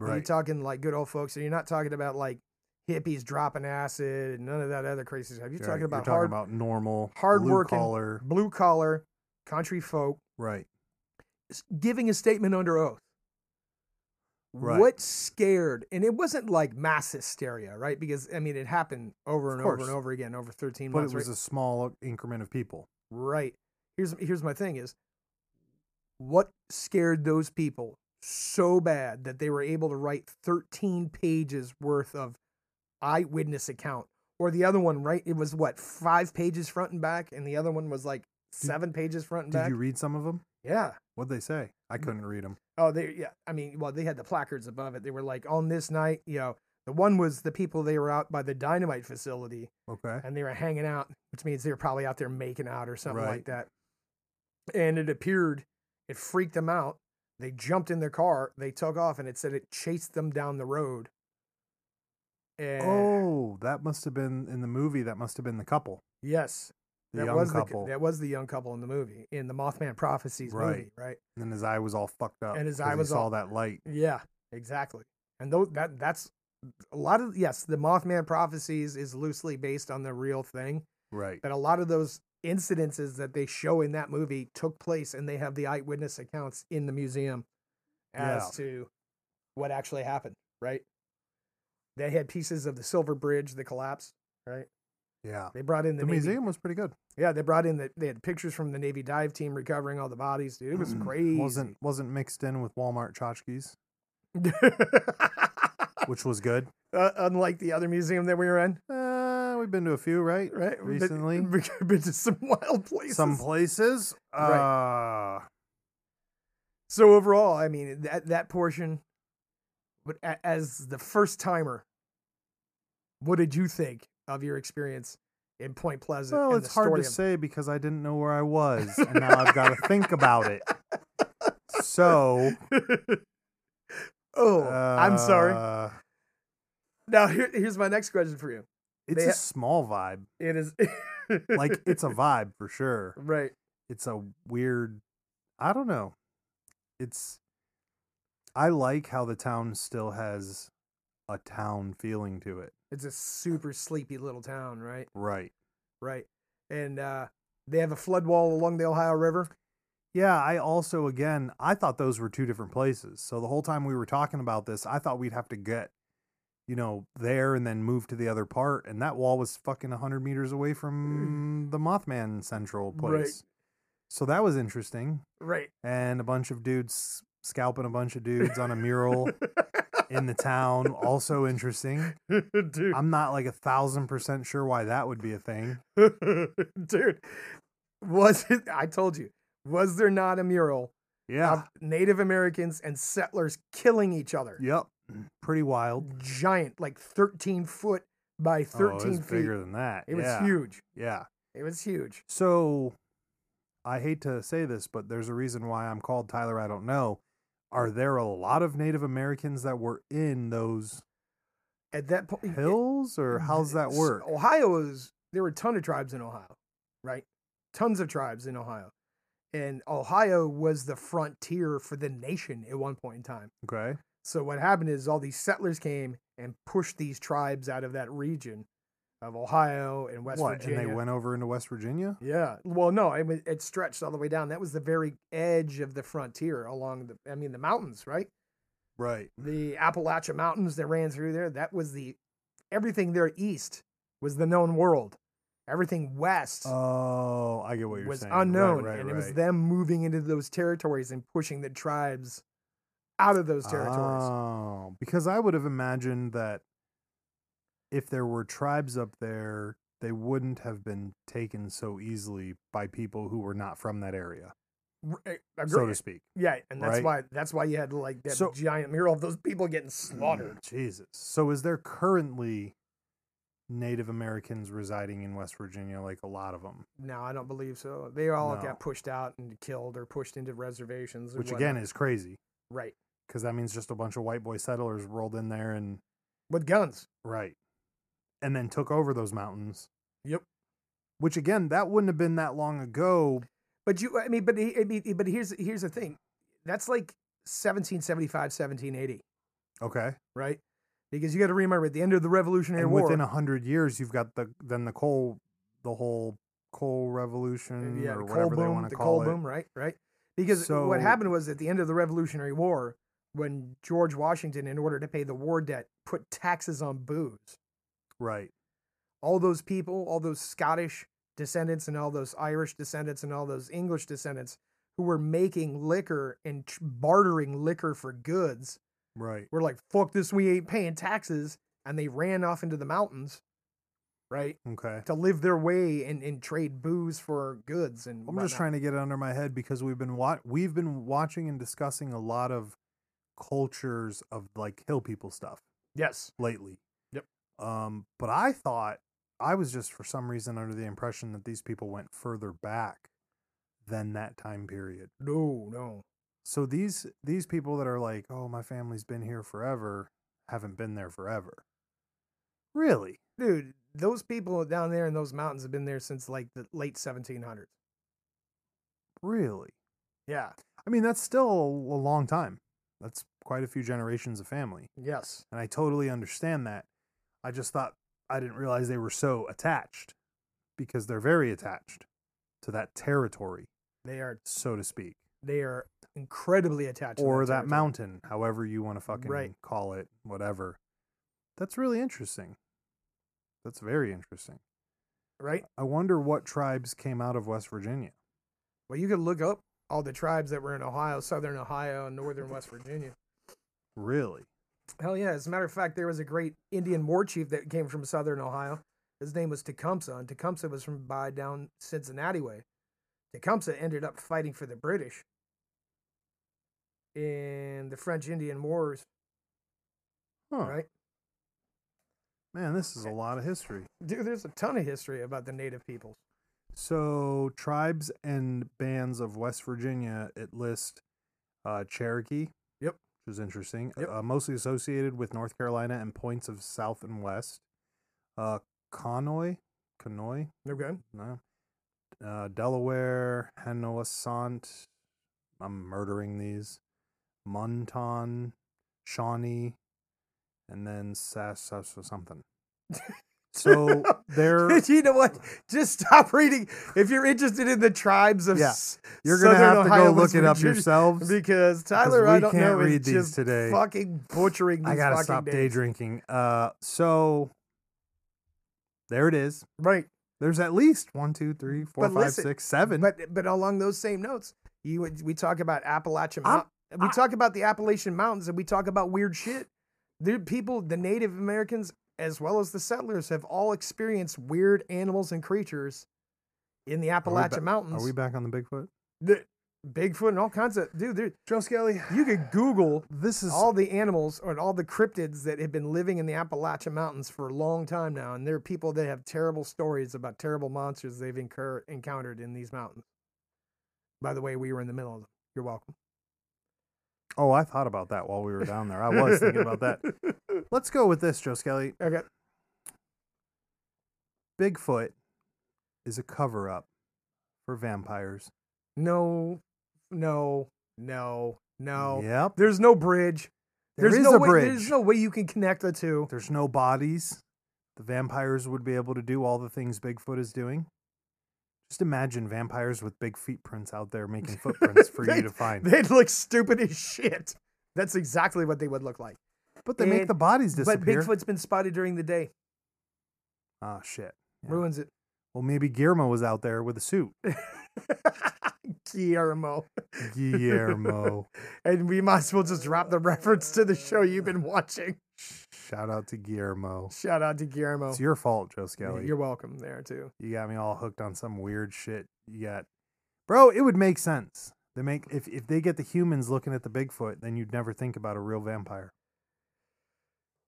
[SPEAKER 2] You're
[SPEAKER 1] right.
[SPEAKER 2] talking like good old folks, and you're not talking about like hippies dropping acid and none of that other crazy stuff. You're
[SPEAKER 1] Right.
[SPEAKER 2] talking about
[SPEAKER 1] You're
[SPEAKER 2] hard,
[SPEAKER 1] about normal,
[SPEAKER 2] hardworking-
[SPEAKER 1] collar.
[SPEAKER 2] blue collar, country folk
[SPEAKER 1] Right.
[SPEAKER 2] s- giving a statement under oath.
[SPEAKER 1] Right.
[SPEAKER 2] What scared, and it wasn't like mass hysteria, right? Because I mean, it happened over
[SPEAKER 1] Of
[SPEAKER 2] and over and
[SPEAKER 1] course.
[SPEAKER 2] over again over 13
[SPEAKER 1] But
[SPEAKER 2] months.
[SPEAKER 1] it was
[SPEAKER 2] Mm, right?
[SPEAKER 1] a small increment of people.
[SPEAKER 2] Right. Here's here's my thing is what scared those people so bad that they were able to write 13 pages worth of eyewitness account or the other one right it was what 5 pages front and back and the other one was like 7 pages front and
[SPEAKER 1] Did
[SPEAKER 2] back.
[SPEAKER 1] you read some of them?
[SPEAKER 2] yeah.
[SPEAKER 1] What'd they say? I couldn't read them.
[SPEAKER 2] Oh, they yeah. I mean, well, they had the placards above it. They were like on this night, you know, the one was the people they were out by the dynamite facility
[SPEAKER 1] Okay.
[SPEAKER 2] and they were hanging out, which means they were probably out there making out or something like
[SPEAKER 1] Right.
[SPEAKER 2] that. And it appeared, it freaked them out. They jumped in their car, they took off, and it said it chased them down the road. And
[SPEAKER 1] Oh, that must have been in the movie. That must have been the couple,
[SPEAKER 2] yes,
[SPEAKER 1] the
[SPEAKER 2] that
[SPEAKER 1] young
[SPEAKER 2] was
[SPEAKER 1] couple.
[SPEAKER 2] the that was the young couple in the movie in the Mothman Prophecies movie,
[SPEAKER 1] Right.
[SPEAKER 2] right?
[SPEAKER 1] and then his eye was all fucked up.
[SPEAKER 2] And his
[SPEAKER 1] 'cause
[SPEAKER 2] eye
[SPEAKER 1] he
[SPEAKER 2] was
[SPEAKER 1] saw
[SPEAKER 2] all- <laughs>
[SPEAKER 1] that light.
[SPEAKER 2] Yeah, exactly. And though that that's a lot of yes, the Mothman Prophecies is loosely based on the real thing.
[SPEAKER 1] Right.
[SPEAKER 2] that a lot of those incidences that they show in that movie took place and they have the eyewitness accounts in the museum as
[SPEAKER 1] Yeah.
[SPEAKER 2] to what actually happened, right? They had pieces of the Silver Bridge, the collapse, right?
[SPEAKER 1] Yeah.
[SPEAKER 2] They brought in the,
[SPEAKER 1] The
[SPEAKER 2] Navy-
[SPEAKER 1] museum was pretty good.
[SPEAKER 2] Yeah, they brought in the. They had pictures from the Navy dive team recovering all the bodies. Dude, it was crazy.
[SPEAKER 1] Mm, Wasn't wasn't mixed in with Walmart tchotchkes, which was good.
[SPEAKER 2] <laughs> Uh, unlike the other museum that we were in,
[SPEAKER 1] Uh, we've been to a few, right?
[SPEAKER 2] right? We've been- <laughs>
[SPEAKER 1] Recently.
[SPEAKER 2] we've been to some wild places.
[SPEAKER 1] Some places. Uh,
[SPEAKER 2] So overall, I mean that that portion. But a- as the first timer, what did you think of your experience in Point Pleasant?
[SPEAKER 1] Well,
[SPEAKER 2] and
[SPEAKER 1] it's
[SPEAKER 2] the
[SPEAKER 1] hard
[SPEAKER 2] story
[SPEAKER 1] to say because I didn't know where I was, and now I've got to think
[SPEAKER 2] <laughs>
[SPEAKER 1] about it. So,
[SPEAKER 2] of- <laughs> oh, I'm sorry.
[SPEAKER 1] uh,
[SPEAKER 2] Now here, here's my next question for you.
[SPEAKER 1] It's
[SPEAKER 2] They-
[SPEAKER 1] a small vibe.
[SPEAKER 2] It is <laughs>
[SPEAKER 1] Like it's a vibe for sure.
[SPEAKER 2] right.
[SPEAKER 1] It's a weird. I don't know. It's. I like how the town still has a town feeling to it.
[SPEAKER 2] It's a super sleepy little town, right?
[SPEAKER 1] Right.
[SPEAKER 2] Right. And uh, they have a flood wall along the Ohio River.
[SPEAKER 1] Yeah, I also again I thought those were two different places. So the whole time we were talking about this, I thought we'd have to get, you know, there and then move to the other part, and that wall was fucking hundred meters away from the Mothman Central place.
[SPEAKER 2] Right.
[SPEAKER 1] So that was interesting.
[SPEAKER 2] Right.
[SPEAKER 1] And a bunch of dudes scalping a bunch of dudes on a mural in the town, also
[SPEAKER 2] <laughs>
[SPEAKER 1] interesting.
[SPEAKER 2] <laughs> Dude.
[SPEAKER 1] I'm not like a thousand percent sure why that would be a thing.
[SPEAKER 2] <laughs> Dude. Was it I told you. Was there not a
[SPEAKER 1] <sighs>
[SPEAKER 2] mural
[SPEAKER 1] Yeah.
[SPEAKER 2] of Native Americans and settlers killing each other?
[SPEAKER 1] Yep. Pretty wild.
[SPEAKER 2] Giant, like 13 foot by
[SPEAKER 1] oh,
[SPEAKER 2] 13
[SPEAKER 1] it was
[SPEAKER 2] feet.
[SPEAKER 1] bigger than that.
[SPEAKER 2] It was
[SPEAKER 1] yeah.
[SPEAKER 2] huge.
[SPEAKER 1] Yeah.
[SPEAKER 2] It was huge.
[SPEAKER 1] So I hate to say this, but there's a reason why I'm called Tyler. I don't know. Are there a lot of Native Americans that were in those
[SPEAKER 2] At that point,
[SPEAKER 1] hills, or
[SPEAKER 2] Mm,
[SPEAKER 1] how's that
[SPEAKER 2] S-
[SPEAKER 1] work?
[SPEAKER 2] Ohio is there were a ton of tribes in Ohio, right? Tons of tribes in Ohio, and Ohio was the frontier for the nation at one point in time.
[SPEAKER 1] Okay.
[SPEAKER 2] So what happened is all these settlers came and pushed these tribes out of that region of Ohio and West
[SPEAKER 1] what?
[SPEAKER 2] Virginia.
[SPEAKER 1] And they went over into West Virginia?
[SPEAKER 2] yeah. Well, no, I mean, it stretched all the way down. That was the very edge of the frontier along the, I mean, the mountains, right?
[SPEAKER 1] Right.
[SPEAKER 2] The Appalachian Mountains that ran through there. That was the, everything there east was the known world. Everything west
[SPEAKER 1] Oh, I get what you're
[SPEAKER 2] was
[SPEAKER 1] saying. Right,
[SPEAKER 2] unknown,
[SPEAKER 1] right,
[SPEAKER 2] and it was
[SPEAKER 1] right.
[SPEAKER 2] them moving into those territories and pushing the tribes out of those territories.
[SPEAKER 1] Oh, because I would have imagined that if there were tribes up there, they wouldn't have been taken so easily by people who were not from that area,
[SPEAKER 2] R- eh, agree.
[SPEAKER 1] so to speak.
[SPEAKER 2] yeah, and that's
[SPEAKER 1] right?
[SPEAKER 2] why that's why you had like that
[SPEAKER 1] So-
[SPEAKER 2] giant mural of those people getting slaughtered.
[SPEAKER 1] Mm, Jesus. So is there currently Native Americans residing in West Virginia, like a lot of them?
[SPEAKER 2] No, I don't believe so. They all
[SPEAKER 1] No.
[SPEAKER 2] got pushed out and killed or pushed into reservations. or
[SPEAKER 1] Which again
[SPEAKER 2] whatnot.
[SPEAKER 1] is crazy
[SPEAKER 2] right
[SPEAKER 1] because that means just a bunch of white boy settlers rolled in there and
[SPEAKER 2] with guns.
[SPEAKER 1] right, and then took over those mountains.
[SPEAKER 2] Yep.
[SPEAKER 1] Which again, that wouldn't have been that long ago.
[SPEAKER 2] But you, I mean, but he- I mean, but here's here's the thing. That's like 1775, 1780,
[SPEAKER 1] Okay.
[SPEAKER 2] right? Because you got to remember at the end of the Revolutionary
[SPEAKER 1] and
[SPEAKER 2] War, uh,
[SPEAKER 1] within a hundred years, you've got the then the coal, the whole coal revolution
[SPEAKER 2] yeah,
[SPEAKER 1] or
[SPEAKER 2] the coal
[SPEAKER 1] whatever they
[SPEAKER 2] boom,
[SPEAKER 1] want
[SPEAKER 2] the
[SPEAKER 1] to
[SPEAKER 2] coal
[SPEAKER 1] call it.
[SPEAKER 2] boom, right? Right. Because what
[SPEAKER 1] So-
[SPEAKER 2] happened was at the end of the Revolutionary War, when George Washington, in order to pay the war debt, put taxes on booze,
[SPEAKER 1] Right.
[SPEAKER 2] all those people, all those Scottish descendants, and all those Irish descendants, and all those English descendants who were making liquor and tr- bartering liquor for goods
[SPEAKER 1] Right.
[SPEAKER 2] were like, fuck this, we ain't paying taxes. And they ran off into the mountains, right?
[SPEAKER 1] Okay.
[SPEAKER 2] To live their way and, and trade booze for goods. And
[SPEAKER 1] I'm just
[SPEAKER 2] whatnot.
[SPEAKER 1] trying to get it under my head because we've been wa- we've been watching and discussing a lot of cultures of like hill people stuff
[SPEAKER 2] Yes.
[SPEAKER 1] lately.
[SPEAKER 2] Yep.
[SPEAKER 1] Um, but I thought I was just for some reason under the impression that these people went further back than that time period.
[SPEAKER 2] No, no.
[SPEAKER 1] So these these people that are like, "Oh, my family's been here forever," haven't been there forever. Really?
[SPEAKER 2] dude those people down there in those mountains have been there since like the late 1700s
[SPEAKER 1] Really?
[SPEAKER 2] yeah
[SPEAKER 1] I mean, that's still a long time. That's quite a few generations of family.
[SPEAKER 2] yes
[SPEAKER 1] and I totally understand that. I just thought I didn't realize they were so attached because they're very attached to that territory,
[SPEAKER 2] they are
[SPEAKER 1] so to speak,
[SPEAKER 2] they are incredibly attached to
[SPEAKER 1] or that,
[SPEAKER 2] territory.
[SPEAKER 1] mountain, however you want to fucking
[SPEAKER 2] Right.
[SPEAKER 1] call it, whatever. That's really interesting. That's very interesting.
[SPEAKER 2] right?
[SPEAKER 1] I wonder what tribes came out of West Virginia.
[SPEAKER 2] Well, you could look up all the tribes that were in Ohio, southern Ohio, and northern West Virginia.
[SPEAKER 1] Really?
[SPEAKER 2] Hell yeah. As a matter of fact, there was a great Indian war chief that came from southern Ohio. His name was Tecumseh, and Tecumseh was from by down Cincinnati way. Tecumseh ended up fighting for the British in the French Indian Wars,
[SPEAKER 1] Huh.
[SPEAKER 2] right? Eh.
[SPEAKER 1] Man, this is a lot of history.
[SPEAKER 2] Dude, there's a ton of history about the native peoples.
[SPEAKER 1] So, tribes and bands of West Virginia, it lists uh, Cherokee.
[SPEAKER 2] Yep.
[SPEAKER 1] Which is interesting.
[SPEAKER 2] Yep.
[SPEAKER 1] Uh, mostly associated with North Carolina and points of South and West. Uh, Conoy. Conoy?
[SPEAKER 2] Okay.
[SPEAKER 1] No. Uh, Delaware. Hanoissant. I'm murdering these. Monton. Shawnee. And then Sas Sas-
[SPEAKER 2] <laughs>
[SPEAKER 1] something. So, they're.
[SPEAKER 2] <laughs> you know what? Just stop reading if you're interested in the tribes of
[SPEAKER 1] Yeah.
[SPEAKER 2] s-
[SPEAKER 1] You're gonna
[SPEAKER 2] Southern
[SPEAKER 1] have to
[SPEAKER 2] Ohio,
[SPEAKER 1] go look
[SPEAKER 2] West
[SPEAKER 1] it up
[SPEAKER 2] Virginia,
[SPEAKER 1] <laughs> yourselves.
[SPEAKER 2] because Tyler,
[SPEAKER 1] we
[SPEAKER 2] I don't
[SPEAKER 1] can't
[SPEAKER 2] know,
[SPEAKER 1] read
[SPEAKER 2] is
[SPEAKER 1] these
[SPEAKER 2] just
[SPEAKER 1] today.
[SPEAKER 2] fucking butchering these
[SPEAKER 1] I gotta
[SPEAKER 2] fucking
[SPEAKER 1] stop
[SPEAKER 2] names.
[SPEAKER 1] day drinking. Uh, so there it is.
[SPEAKER 2] Right.
[SPEAKER 1] There's at least one, two, three, four,
[SPEAKER 2] But
[SPEAKER 1] five,
[SPEAKER 2] listen,
[SPEAKER 1] six, seven.
[SPEAKER 2] But but along those same notes, you we talk about Appalachian
[SPEAKER 1] I'm-
[SPEAKER 2] Mount, we
[SPEAKER 1] I-
[SPEAKER 2] talk about the Appalachian Mountains, and we talk about weird shit. The people, the Native Americans, as well as the settlers, have all experienced weird animals and creatures in the Appalachian Mountains.
[SPEAKER 1] Are we back on the Bigfoot?
[SPEAKER 2] The- Bigfoot and all kinds of dude. there-
[SPEAKER 1] Joe Skelly.
[SPEAKER 2] You could Google
[SPEAKER 1] This is
[SPEAKER 2] all the animals or all the cryptids that have been living in the Appalachian Mountains for a long time now, and there are people that have terrible stories about terrible monsters they've incur- encountered in these mountains. By the way, we were in the middle of them. You're welcome.
[SPEAKER 1] Oh, I thought about that while we were down there. I was thinking
[SPEAKER 2] <laughs>
[SPEAKER 1] about that. Let's go with this, Joe Skelly.
[SPEAKER 2] Okay.
[SPEAKER 1] Bigfoot is a cover up for vampires.
[SPEAKER 2] No, no, no, no.
[SPEAKER 1] Yep.
[SPEAKER 2] There's no bridge.
[SPEAKER 1] There
[SPEAKER 2] there's
[SPEAKER 1] is
[SPEAKER 2] no
[SPEAKER 1] a
[SPEAKER 2] way,
[SPEAKER 1] bridge.
[SPEAKER 2] There's no way you can connect the two.
[SPEAKER 1] There's no bodies. The vampires would be able to do all the things Bigfoot is doing. Just imagine vampires with big feet prints out there making footprints for
[SPEAKER 2] <laughs>
[SPEAKER 1] you to find.
[SPEAKER 2] They'd look stupid as shit. That's exactly what they would look like.
[SPEAKER 1] But they make
[SPEAKER 2] And-
[SPEAKER 1] the bodies
[SPEAKER 2] But
[SPEAKER 1] disappear.
[SPEAKER 2] Bigfoot's been spotted during the day.
[SPEAKER 1] Ah, shit. Yeah.
[SPEAKER 2] Ruins it.
[SPEAKER 1] Well, maybe Guillermo was out there with a suit.
[SPEAKER 2] <laughs> Guillermo.
[SPEAKER 1] Guillermo.
[SPEAKER 2] And we might as well just drop the reference to the show you've been watching.
[SPEAKER 1] Shout out to Guillermo.
[SPEAKER 2] Shout out to Guillermo.
[SPEAKER 1] It's your fault, Joe Skelly.
[SPEAKER 2] You're welcome there too.
[SPEAKER 1] You got me all hooked on some weird shit. You got, bro. It would make sense. They make if if they get the humans looking at the Bigfoot, then you'd never think about a real vampire.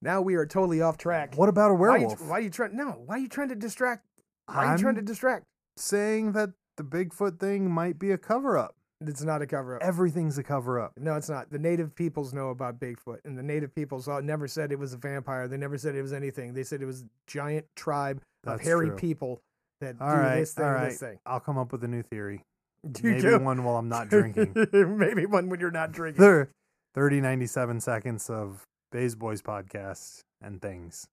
[SPEAKER 2] Now we are totally off track.
[SPEAKER 1] What about a werewolf?
[SPEAKER 2] Why are you, trying? No. Why are you trying to distract? Why are you trying
[SPEAKER 1] I'm-
[SPEAKER 2] to distract?
[SPEAKER 1] saying that the Bigfoot thing might be a cover up.
[SPEAKER 2] It's not a cover up.
[SPEAKER 1] Everything's a cover up.
[SPEAKER 2] No, it's not. The native peoples know about Bigfoot, and the native peoples all, never said it was a vampire. They never said it was anything. They said it was a giant tribe
[SPEAKER 1] That's
[SPEAKER 2] of hairy
[SPEAKER 1] true.
[SPEAKER 2] people that
[SPEAKER 1] All
[SPEAKER 2] do
[SPEAKER 1] right,
[SPEAKER 2] this thing,
[SPEAKER 1] all
[SPEAKER 2] and
[SPEAKER 1] right.
[SPEAKER 2] this thing. <laughs>
[SPEAKER 1] I'll come up with a new theory.
[SPEAKER 2] You
[SPEAKER 1] Maybe
[SPEAKER 2] do.
[SPEAKER 1] one while I'm not drinking.
[SPEAKER 2] <laughs> Maybe one when you're not drinking.
[SPEAKER 1] There, 30, 97 seconds of Bays Boys podcast and things.